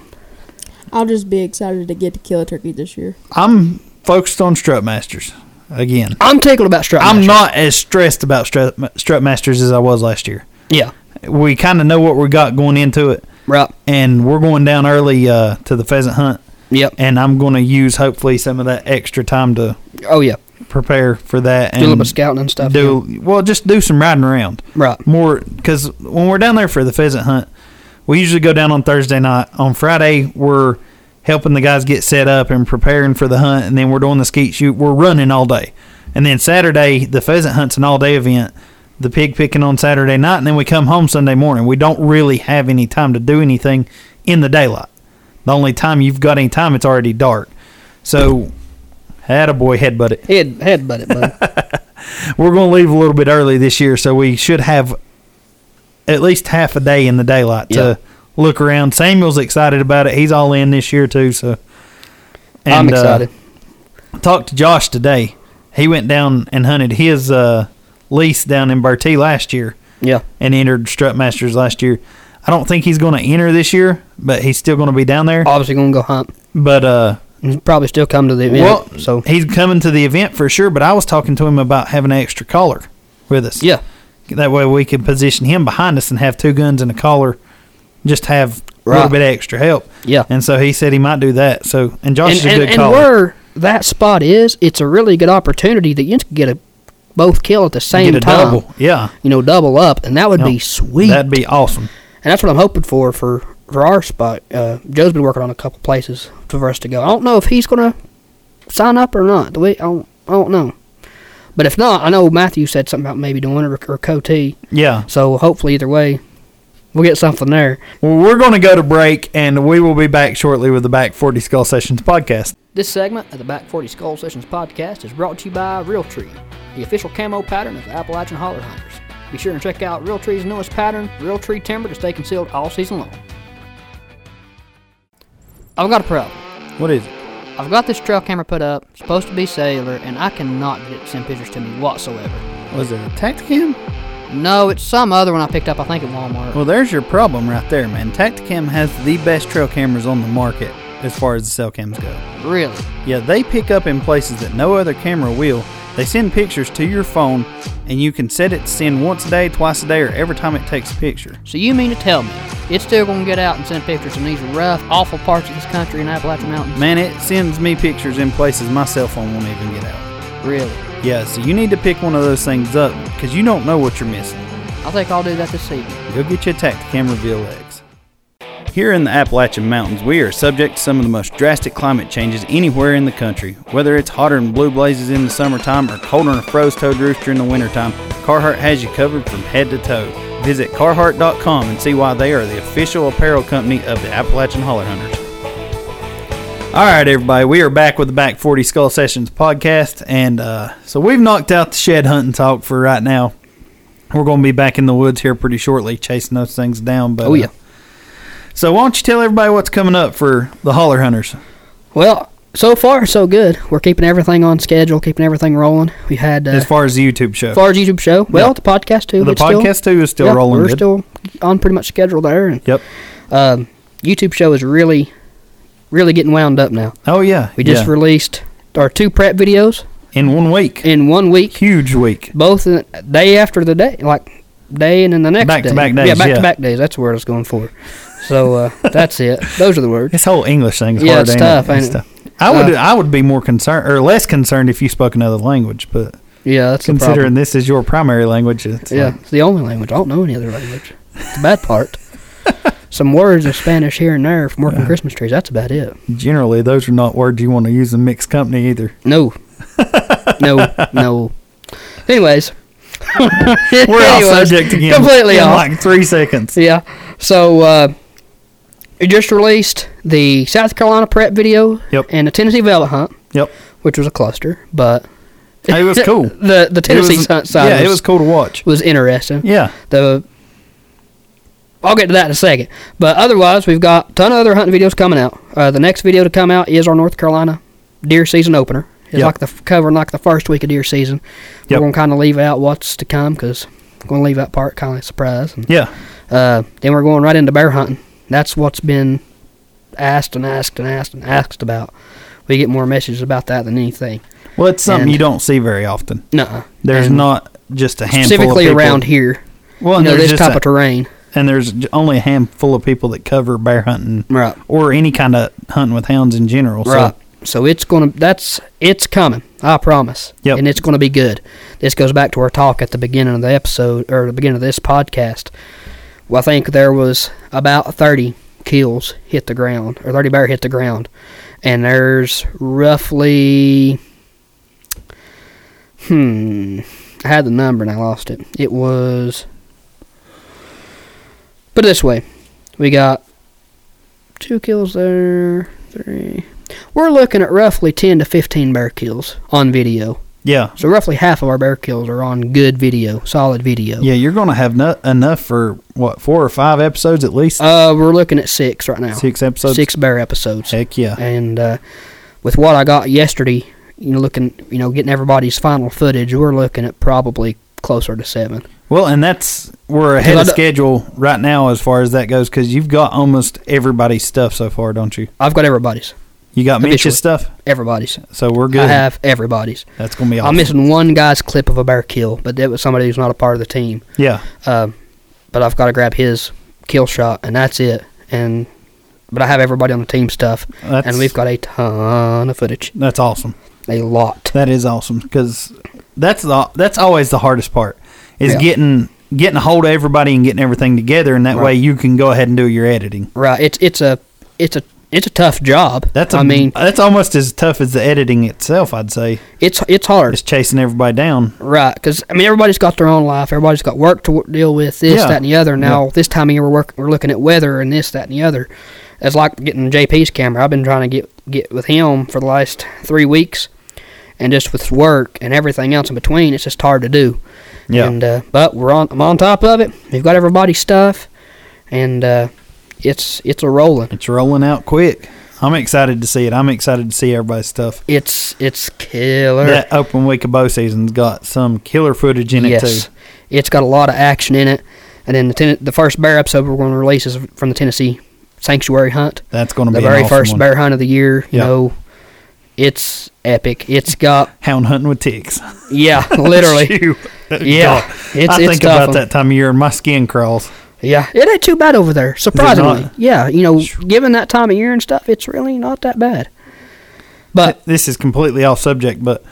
D: I'll just be excited to get to kill a turkey this year.
B: I'm focused on strut masters again.
C: I'm tickled about strike.
B: I'm
C: matches.
B: not as stressed about strut, strut masters as I was last year.
C: Yeah.
B: We kind of know what we got going into it,
C: Right.
B: and we're going down early uh, to the pheasant hunt,
C: Yep.
B: and I'm going to use hopefully some of that extra time to
C: Oh yeah.
B: prepare for that
C: Do a
B: and
C: little bit of scouting and stuff.
B: do well just do some riding around
C: yeah. Right.
B: more because when we're down there for the pheasant hunt we usually go down on thursday night on friday we're helping the guys get set up and preparing for the hunt and then we're doing the skeet shoot we're running all day and then saturday the pheasant hunt's an all day event the pig picking on saturday night and then we come home sunday morning we don't really have any time to do anything in the daylight the only time you've got any time it's already dark so had a boy headbutt it
C: Head headbutt
B: (laughs)
C: it, bud.
B: we're going to leave a little bit early this year, so we should have at least half a day in the daylight
C: Yeah.
B: to look around. Samuel's excited about it; he's all in this year too. So
C: I'm
B: uh,
C: excited.
B: talked to Josh today. He went down and hunted his uh, lease down in Bertie last year
C: yeah.
B: and entered Strutmasters last year. I don't think he's going to enter this year, but he's still going to be down there.
C: Obviously gonna go hunt.
B: But uh,
C: And probably still come to the event.
B: well,
C: so
B: he's coming to the event for sure. But I was talking to him about having an extra caller with us.
C: yeah.
B: That way we can position him behind us and have two guns and a collar, just have a
C: Right.
B: little bit of extra help.
C: Yeah.
B: And so he said he might do that. So and Josh is a
C: and,
B: good
C: and
B: caller.
C: where that spot is, it's a really good opportunity that you can get a both kill at the same
B: Get a
C: time.
B: double. Yeah.
C: You know, double up, and that would be
B: Yep.
C: sweet.
B: That'd be awesome.
C: and that's what I'm hoping for for, for our spot. Uh, Joe's been working on a couple places for us to go. I don't know if he's gonna sign up or not. Do we? I don't, I don't know. But if not, I know Matthew said something about maybe doing it or, or Cote.
B: Yeah.
C: So hopefully, either way, We'll get something there.
B: Well, we're going to go to break, and we will be back shortly with the Back 40 Skull Sessions podcast.
C: This segment of the Back 40 Skull Sessions podcast is brought to you by Realtree, the official camo pattern of the Appalachian Holler Hunters. Be sure and check out Realtree's newest pattern, Realtree Timber, to stay concealed all season long. I've got a problem.
B: What is it?
C: I've got this trail camera put up, supposed to be cellular, and I cannot get it to send pictures to me whatsoever.
B: Was it a Tacticam?
C: No, it's some other one I picked up, I think, at Walmart.
B: Well, there's your problem right there, man. Tacticam has the best trail cameras on the market as far as the cell cams go.
C: Really?
B: Yeah, they pick up in places that no other camera will. They send pictures to your phone, and you can set it to send once a day, twice a day, or every time it takes a picture.
C: So you mean to tell me it's still going to get out and send pictures in these rough, awful parts of this country in Appalachian Mountains?
B: Man, it sends me pictures in places my cell phone won't even get out.
C: Really?
B: Yeah, so you need to pick one of those things up because you don't know what you're missing.
C: I think I'll do that this evening.
B: Go get your Tacticam Reveal X. Here in the Appalachian Mountains, we are subject to some of the most drastic climate changes anywhere in the country. Whether it's hotter than blue blazes in the summertime or colder than a froze-toed rooster in the wintertime, Carhartt has you covered from head to toe. Visit Carhartt.com and see why they are the official apparel company of the Appalachian Holler Hunters. All right, everybody, we are back with the Back 40 Skull Sessions podcast. And uh, so we've knocked out the shed hunting talk for right now. We're going to be back in the woods here pretty shortly, chasing those things down. But
C: Oh, yeah.
B: uh, so why don't you tell everybody what's coming up for the holler hunters?
C: Uh, Well, so far, so good. We're keeping everything on schedule, keeping everything rolling. We had, uh,
B: as
C: as
B: far as the YouTube show,
C: far as YouTube show, well,
B: Yeah.
C: the podcast too.
B: the
C: it's still-
B: podcast too is still
C: yeah,
B: rolling
C: We're
B: good.
C: still on pretty much schedule there. And,
B: yep.
C: um, YouTube show is really, really getting wound up now.
B: Oh yeah.
C: We just
B: yeah.
C: released our two prep videos
B: in one week,
C: in one week,
B: huge week.
C: both in, day after the day, like day and then the next day.
B: Back-to-back
C: Yeah,
B: days,
C: back
B: yeah.
C: to back days. That's the word I was going for.
B: (laughs)
C: So uh, that's it. Those are the words.
B: This whole English thing is
C: Yeah,
B: hard.
C: it's
B: ain't
C: tough,
B: it?
C: ain't
B: It's
C: it?
B: tough. I would I would be more concerned or less concerned if you spoke another language, but
C: Yeah, that's the problem.
B: considering this is your primary language, it's
C: Yeah,
B: like-
C: it's the only language. I don't know any other language. It's the
B: (laughs)
C: bad part. Some words of Spanish here and there from working Christmas trees. That's about it.
B: generally those are not words you want to use in mixed company
C: (laughs)
B: either.
C: No.
B: (laughs)
C: no. No. Anyways.
B: We're off
C: Anyways,
B: subject again.
C: Completely
B: in
C: off.
B: like three seconds.
C: Yeah. So uh, it just released the South Carolina prep video
B: Yep.
C: and the Tennessee velvet hunt,
B: Yep.
C: which was a cluster, but
B: It
C: (laughs)
B: was cool.
C: the the Tennessee
B: It was-
C: hunt side
B: Yeah,
C: was,
B: it was cool to watch.
C: was interesting.
B: Yeah.
C: The I'll get to that in a second. But otherwise, we've got a ton of other hunting videos coming out. Uh, the next video to come out is our North Carolina deer season opener. It's
B: Yep.
C: like the f- covering like the first week of deer season. We're
B: Yep.
C: gonna kind of leave out what's to come because we're gonna leave that part kind of a surprise. And
B: Yeah.
C: uh, then we're going right into bear hunting. That's what's been asked and asked and asked and asked about. We get more messages about that than anything.
B: Well, it's something
C: And-
B: you don't see very often.
C: Nuh-uh.
B: There's
C: And
B: not just a handful
C: specifically
B: of people.
C: around here.
B: Well,
C: you
B: and
C: know,
B: there's
C: this
B: just
C: type
B: a-
C: of terrain.
B: and there's j- only a handful of people that cover bear hunting
C: Right.
B: or any kind of hunting with hounds in general. So
C: Right. So it's gonna that's it's coming, I promise.
B: Yep.
C: And it's gonna be good. This goes back to our talk at the beginning of the episode or the beginning of this podcast. Well, I think there was about thirty kills hit the ground or thirty bear hit the ground. And there's roughly hmm I had the number and I lost it. It was put it this way. We got two kills there, three. We're looking at roughly 10 to 15 bear kills on video.
B: yeah,
C: So roughly half of our bear kills are on good video, solid video.
B: yeah, you're gonna have no, enough for what four or five episodes at least,
C: Uh, we're looking at six right now.
B: six episodes.
C: Six bear episodes.
B: Heck yeah,
C: And uh, with what I got yesterday, you know, looking, you know, getting everybody's final footage, we're looking at probably closer to seven.
B: Well, and that's we're ahead
C: I
B: of
C: d-
B: schedule right now as far as that goes because you've got almost everybody's stuff so far, don't you?
C: I've got everybody's.
B: You got
C: Officially.
B: Mitch's stuff,
C: Everybody's.
B: so we're
C: I
B: good.
C: have everybody's.
B: That's gonna be awesome.
C: I'm missing one guy's clip of a bear kill, but that was somebody who's not a part of the team.
B: yeah,
C: Um, but I've got to grab his kill shot, and that's it. And but I have everybody on the team stuff,
B: that's
C: and we've got a ton of footage,
B: that's awesome.
C: a lot.
B: That is awesome because that's the that's always the hardest part is
C: Yeah.
B: getting getting a hold of everybody and getting everything together, and that
C: Right.
B: way you can go ahead and do your editing.
C: Right? It's it's a it's a it's a tough job.
B: That's
C: I
B: a,
C: mean,
B: that's almost as tough as the editing itself. I'd say
C: it's it's hard.
B: it's chasing everybody down.
C: Right, because I mean, everybody's got their own life. Everybody's got work to w- deal with. This,
B: Yeah.
C: that, and the other. Now, this time of year, we're work, we're looking at weather and this, that, and the other. It's like getting JP's camera. I've been trying to get get with him for the last three weeks, and just with work and everything else in between, it's just hard to do.
B: Yeah,
C: And uh, but we're on I'm on top of it. We've got everybody's stuff, and uh, it's it's a rolling.
B: it's rolling out quick. I'm excited to see it. I'm excited to see everybody's stuff.
C: It's it's killer.
B: That open week of bow season's got some killer footage in it
C: yes,
B: too.
C: it's got a lot of action in it. And then the ten- the first bear episode we're going to release is from the Tennessee Sanctuary Hunt,
B: That's going to
C: the
B: be
C: very
B: an awesome
C: first
B: one.
C: bear hunt of the year. You
B: Yeah.
C: know, it's epic. It's got
B: hound hunting with ticks. (laughs)
C: yeah, (laughs) literally.
B: Phew.
C: Yeah,
B: God.
C: it's-
B: I
C: it's
B: think
C: tough
B: about
C: one.
B: that time of year and my skin crawls.
C: Yeah, it ain't too bad over there. Surprisingly, yeah, you know, given that time of year and stuff, it's really not that bad. But
B: This is completely off subject, but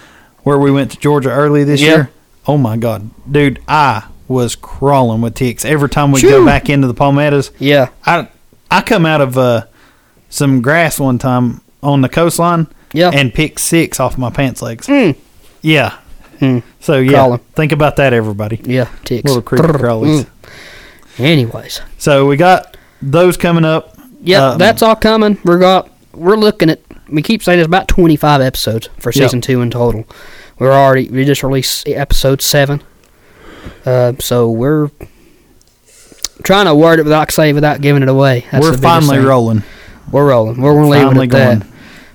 B: where we went to Georgia early this
C: Yeah.
B: year, oh my God, dude, I was crawling with ticks every time we
C: Phew.
B: go back into the palmettos.
C: yeah,
B: I I come out of uh, some grass one time on the coastline,
C: Yeah. Mm,
B: and picked six off my pants legs. Yeah. So yeah,
C: Crawling.
B: think about that, everybody.
C: mm, yeah, ticks.
B: Little creepy crawlies.
C: Mm. Anyways,
B: So we got those coming up.
C: yeah,
B: Um,
C: that's all coming. We're got we're looking at we keep saying it's about twenty five episodes for
B: Yeah.
C: season two in total. We're already we just released episode seven, uh, so we're trying to word it without say without giving it away. That's the
B: we're
C: biggest
B: finally
C: thing.
B: rolling.
C: We're rolling. We're gonna leave
B: Finally
C: it at
B: going.
C: that.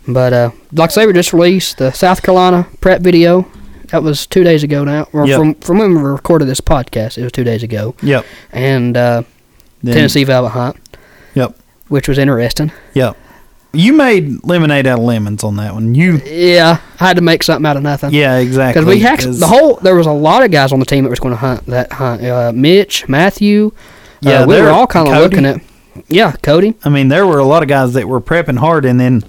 C: But uh, like I say, we just released the South Carolina prep video. That was two days ago now. Or
B: Yep.
C: From from when we recorded this podcast, it was two days ago.
B: Yep.
C: And uh,
B: Then-
C: Tennessee Velvet Hunt,
B: Yep.
C: which was interesting.
B: Yep. You made lemonade out of lemons on that one. You.
C: Yeah, I had to make something out of nothing.
B: Yeah, exactly.
C: Because we had
B: 'cause-
C: the whole, there was a lot of guys on the team that was going to hunt that hunt. Uh, Mitch, Matthew, yeah,
B: Yeah,
C: we were
B: they're-
C: all kind of
B: Cody.
C: looking at. Yeah, Cody.
B: I mean, there were a lot of guys that were prepping hard, and then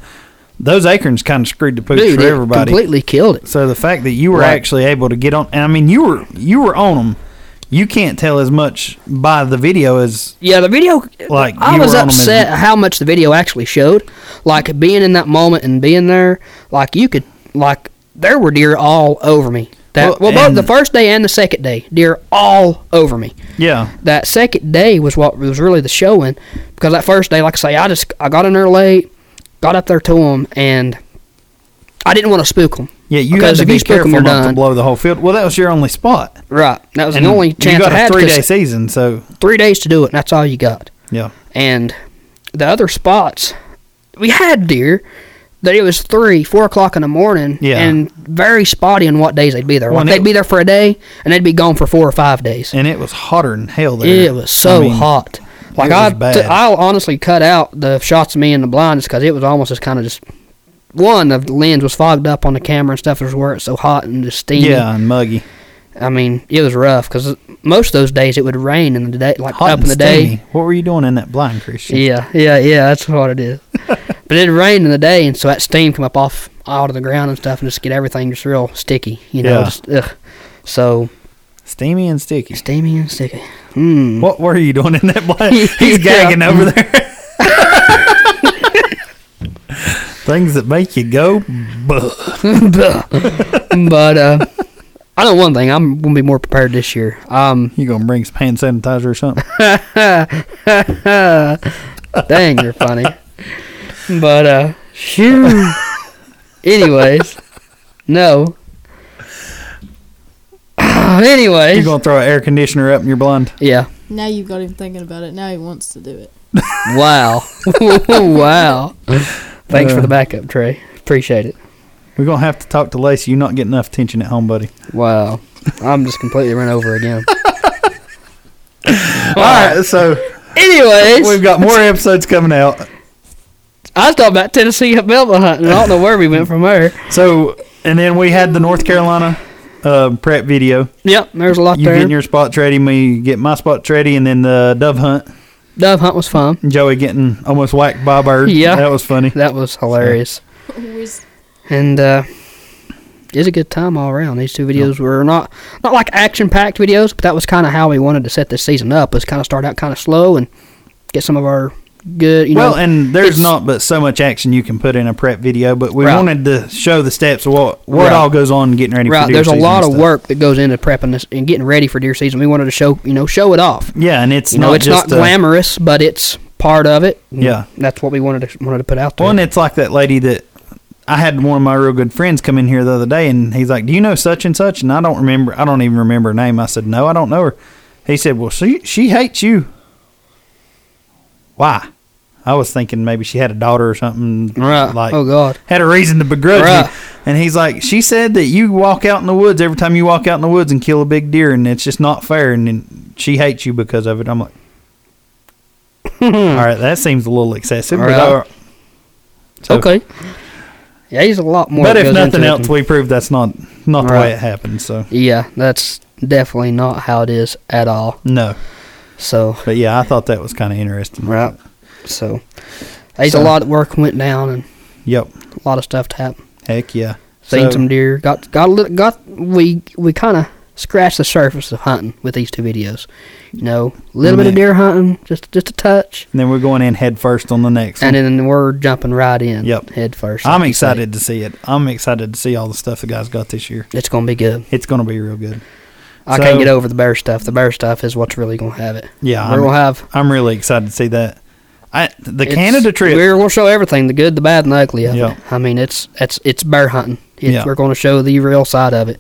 B: those acorns kind of screwed the pooch
C: Dude,
B: for
C: it
B: everybody.
C: completely killed it.
B: So the fact that you were
C: Right.
B: actually able to get on, and I mean, you were you were on them. You can't tell as much by the video as
C: Yeah, the video.
B: Like,
C: I
B: you
C: was
B: were on 'em as-
C: upset how much the video actually showed. Like being in that moment and being there. Like you could, like there were deer all over me. That well,
B: Well,
C: both
B: and-
C: the first day and the second day, deer all over me.
B: yeah.
C: that second day was what was really the showing because that first day, like I say, I just I got in there late, got up there to them, and I didn't want to spook them.
B: Yeah, you
C: Because
B: had to
C: if
B: be
C: you spook 'em,
B: careful
C: you're
B: not to
C: done.
B: blow the whole field. Well, that was your only spot.
C: Right, that was the only chance
B: you got
C: I
B: a
C: had.
B: three day
C: 'cause
B: season, so
C: three days to do it, and that's all you got.
B: yeah,
C: And the other spots, we had deer. That it was three, four o'clock in the morning,
B: Yeah.
C: and very spotty on what days they'd be there.
B: Well,
C: Like
B: and
C: they'd
B: it-
C: be there for a day, and they'd be gone for four or five days.
B: and it was hotter than hell there.
C: It was so
B: I mean,
C: hot. Like
B: was
C: I,
B: bad.
C: t- I'll honestly cut out the shots of me in the blind just because it was almost just kind of just one of the lens was fogged up on the camera and stuff. Is where it's so hot and just steamy.
B: Yeah, and muggy.
C: I mean, it was rough because most of those days it would rain in the day, like
B: Hot
C: up
B: and
C: in the
B: steamy.
C: day.
B: What were you doing in that blind, Christian?
C: Yeah, yeah, yeah. That's what it is. but it rained in the day, and so that steam come up off out of the ground and stuff, and just get everything just real sticky. You know,
B: Yeah.
C: just, ugh. so
B: Steamy and sticky.
C: steamy and sticky. Hmm.
B: What were you doing in that
C: (laughs)
B: blind?
C: Yeah.
B: He's gagging over there. (laughs) Things that make you go, buh.
C: but uh, I know one thing. I'm gonna be more prepared this year. Um, (laughs)
B: You gonna bring some hand sanitizer or something?
C: dang, you're funny. But uh, shoo. Anyways, no. (sighs)
B: You
C: Anyways,
B: gonna throw an air conditioner up in your blind?
C: yeah.
D: Now you've got him thinking about it. Now he wants to (laughs) do it.
C: Wow, (laughs) Uh. wow. Thanks for the backup, Trey. Appreciate it.
B: We're gonna have to talk to Lacey. You not getting enough attention at home, buddy.
C: Wow, I'm just completely run over (laughs) again.
B: All right, so
C: Anyways,
B: we've got
C: (laughs)
B: more episodes coming out.
C: I was talking about Tennessee velvet hunting. I don't know where we went from there.
B: So, and then we had the North Carolina uh, prep video.
C: Yep, there's a lot
B: You
C: there.
B: getting your spots ready, me getting my spots ready, and then the dove hunt.
C: Dove hunt was fun.
B: Joey getting almost whacked by a bird.
C: Yeah.
B: that was funny.
C: That was hilarious.
D: Was-
C: And uh it's a good time all around. These two videos were not not like action packed videos, but that was kinda how we wanted to set this season up, was kinda start out kinda slow and get some of our good. You
B: well,
C: know,
B: and there's
C: it's-
B: not but so much action you can put in a prep video, but we
C: Right.
B: wanted to show the steps of what what
C: Right.
B: all goes on in getting ready. for
C: right.
B: deer
C: There's a
B: season
C: lot
B: and
C: of
B: stuff.
C: work that goes into prepping this and getting ready for deer season. We wanted to show you know show it off.
B: Yeah, and it's
C: You know,
B: not
C: it's
B: just
C: not
B: a-
C: glamorous, but it's part of it. And
B: Yeah.
C: that's what we wanted to wanted to put out there.
B: Well, and it's like that lady that I had one of my real good friends come in here the other day, and he's like, "Do you know such and such?" And I don't remember. I don't even remember her name. I said, "No, I don't know her." He said, "Well, she she hates you." Why? I was thinking maybe she had a daughter or something.
C: right.
B: Like,
C: oh God.
B: had a reason to begrudge
C: Right.
B: you. And he's like, she said that you walk out in the woods every time you walk out in the woods and kill a big deer, and it's just not fair. And then she hates you because of it. I'm like, (laughs) all right, that seems a little excessive. But,
C: Hmm. Right.
B: all right. So-
C: okay. Yeah, he's a lot more.
B: but
C: that
B: if
C: goes
B: nothing
C: into it
B: else,
C: than-
B: we proved that's not not the
C: Right.
B: way it happened. So
C: yeah, that's definitely not how it is at all.
B: no,
C: So
B: but yeah, I thought that was kind of interesting.
C: right. So there's
B: So-
C: a lot of work went down and
B: Yep.
C: a lot of stuff to happen.
B: Heck yeah.
C: Seen
B: So-
C: some deer. Got got a little, got we we kind of scratched the surface of hunting with these two videos. You know, a little bit of
B: Man.
C: deer hunting, just just a touch,
B: And then we're going in head first on the next.
C: and
B: one.
C: then we're jumping right in.
B: Mm-hmm. Yep.
C: head first.
B: I'm
C: like you say.
B: excited to see it. I'm excited to see all the stuff the guys got this year.
C: It's gonna be good.
B: It's going to be real good.
C: I
B: So-
C: can't get over the bear stuff. The bear stuff is what's really gonna have it.
B: Yeah,
C: we're
B: I'm-
C: gonna have
B: I'm really excited to see that. I the
C: it's-
B: Canada trip.
C: We're gonna show everything, the good, the bad, and the ugly of
B: Yeah.
C: it. I mean, it's it's it's bear hunting. It's,
B: Yeah.
C: We're gonna show the real side of it.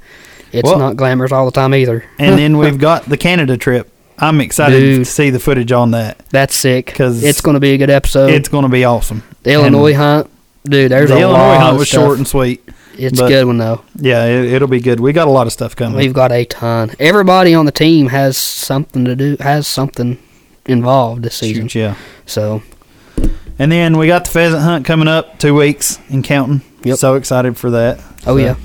C: It's
B: Well-
C: not glamorous all the time either.
B: and
C: (laughs)
B: then we've got the Canada trip. I'm excited to
C: Dude.
B: see the footage on that.
C: That's sick.
B: 'Cause
C: it's gonna be a good episode.
B: it's going to be awesome.
C: The Illinois hunt, dude. There's
B: the
C: a
B: Illinois
C: lot
B: hunt
C: of
B: was
C: stuff.
B: short and sweet.
C: it's
B: but-
C: a good one though.
B: Yeah, it, it'll be good. We got a lot of stuff coming.
C: We've got a ton. Everybody on the team has something to do. Has something involved this season.
B: Shoot, yeah.
C: So
B: And then we got the pheasant hunt coming up, two weeks and counting.
C: Yep.
B: So excited for that.
C: Oh,
B: So,
C: yeah.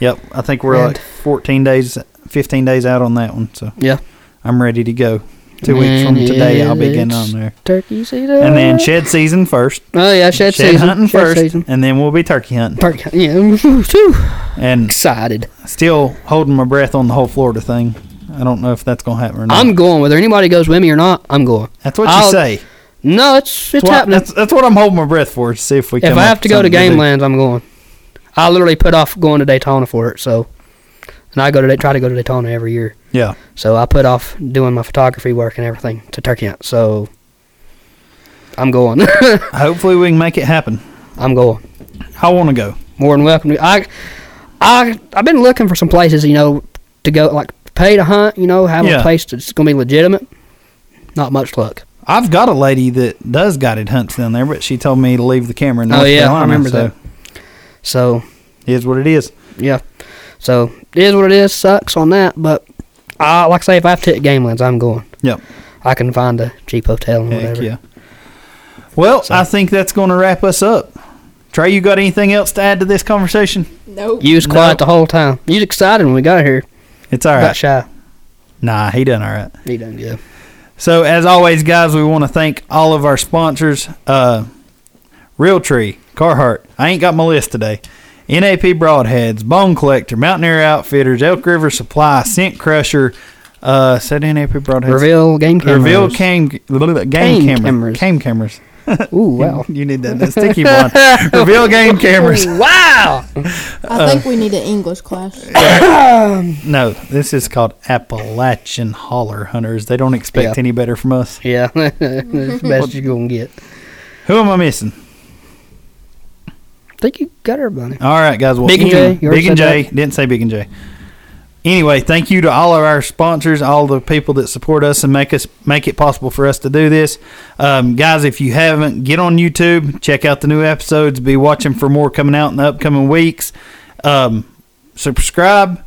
B: Yep. I think we're
C: And-
B: like 14 days, 15 days out on that one. So
C: yeah,
B: I'm ready to go. Two weeks from
C: And
B: today, I'll be
C: it's
B: getting on there.
C: turkey season.
B: And then shed season first.
C: oh yeah, shed,
B: shed
C: season.
B: hunting
C: shed
B: first,
C: Season.
B: and then we'll be turkey hunting.
C: Turkey. Yeah, (laughs) whew,
B: And
C: excited.
B: still holding my breath on the whole Florida thing. I don't know if that's gonna happen or not.
C: I'm going. Whether anybody goes with me or not, I'm going.
B: that's what you
C: I'll-
B: say.
C: No, it's
B: That's
C: it's
B: what,
C: happening.
B: That's, that's what I'm holding my breath for. To see if we.
C: If
B: come
C: I
B: up
C: have
B: with
C: to go to
B: something do.
C: Gamelands, I'm going. I literally put off going to Daytona for it. So, and I go to Da- try to go to Daytona every year.
B: yeah.
C: So I put off doing my photography work and everything to Turkey Hunt. So I'm going. (laughs)
B: Hopefully we can make it happen.
C: I'm going.
B: I want to go.
C: More than welcome. to- I I I've been looking for some places, you know, to go like pay to hunt. You know, have
B: Yeah.
C: a place that's going to be legitimate. Not much luck.
B: I've got a lady that does guided hunts down there, but she told me to leave the camera. In
C: Oh,
B: North
C: yeah, I
B: Carolina,
C: remember
B: so
C: that. So
B: it Is what it is.
C: yeah. So it is what it is. Sucks on that, but I like I say, if I have to hit Gamelands, I'm going.
B: Yep.
C: I can find a cheap hotel and
B: Heck
C: whatever.
B: yeah. Well,
C: So-
B: I think that's going to wrap us up. Trey, you got anything else to add to this conversation?
D: Nope.
C: You was
B: No.
C: quiet the whole time. You was excited when we got here.
B: It's all
C: Got
B: right.
C: shy.
B: Nah, he done all right.
C: He done good.
B: So as always, guys, we want to thank all of our sponsors: uh, Realtree, Carhartt. I ain't got my list today. NAP Broadheads, Bone Collector, Mountaineer Outfitters, Elk River Supply, Scent Crusher. Uh, said NAP Broadheads.
C: Reveal game cameras.
B: Reveal cam, game
C: Game
B: camera,
C: cameras.
B: Cam cameras.
C: Ooh, wow.
B: (laughs) You need that, that sticky
C: (laughs)
B: one. Reveal game cameras.
C: wow.
D: I think we need an English class.
B: No, this is called Appalachian Holler Hunters. They don't expect
C: Yeah.
B: any better from us.
C: (laughs) Yeah, (laughs) that's the best you're going to get.
B: Who am I missing?
C: I think you got everybody.
B: All right, guys. Well,
C: Big and J,
B: anyway-
C: you already
B: Big and
C: said
B: J. Didn't say Big and J. Anyway, thank you to all of our sponsors, all the people that support us and make us make it possible for us to do this. Um, guys, if you haven't, get on YouTube, check out the new episodes, be watching for more coming out in the upcoming weeks. Um, subscribe,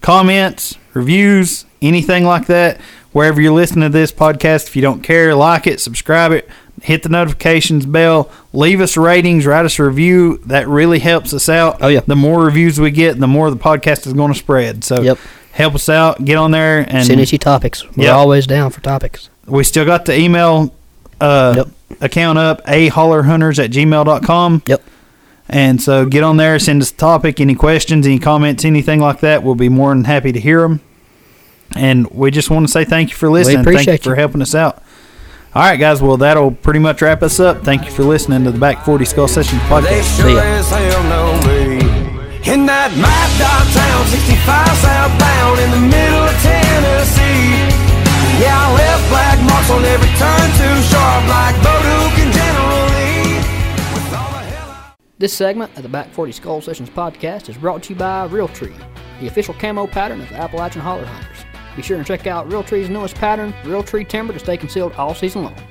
B: comments, reviews, anything like that. Wherever you're listening to this podcast, if you don't care, like it, subscribe it, hit the notifications bell, leave us ratings, write us a review. That really helps us out.
C: Oh, yeah.
B: The more reviews we get, the more the podcast is going to spread. So
C: Yep.
B: help us out. Get on there. And
C: Send us your topics. We're
B: Yeah.
C: always down for topics.
B: we still got the email uh,
C: Yep.
B: account up, hollerhunters at gmail.com.
C: Yep.
B: And so get on there, send us a topic, any questions, any comments, anything like that. We'll be more than happy to hear them. And we just want to say thank you for listening.
C: appreciate
B: thank you for
C: you.
B: helping us out. All right, guys. Well, that'll pretty much wrap us up. Thank you for listening to the Back 40 Skull Sessions
E: They
B: podcast.
E: sure as hell know me. In that mad dog town, 65 southbound in the middle of Tennessee. Yeah, I left black marks on every turn, too sharp like Boduk and General Lee. With all the hell I-
C: This segment of the Back 40 Skull Sessions podcast is brought to you by Realtree, the official camo pattern of the Appalachian Holler Hunters. Be sure and check out Realtree's newest pattern, Realtree Timber, to stay concealed all season long.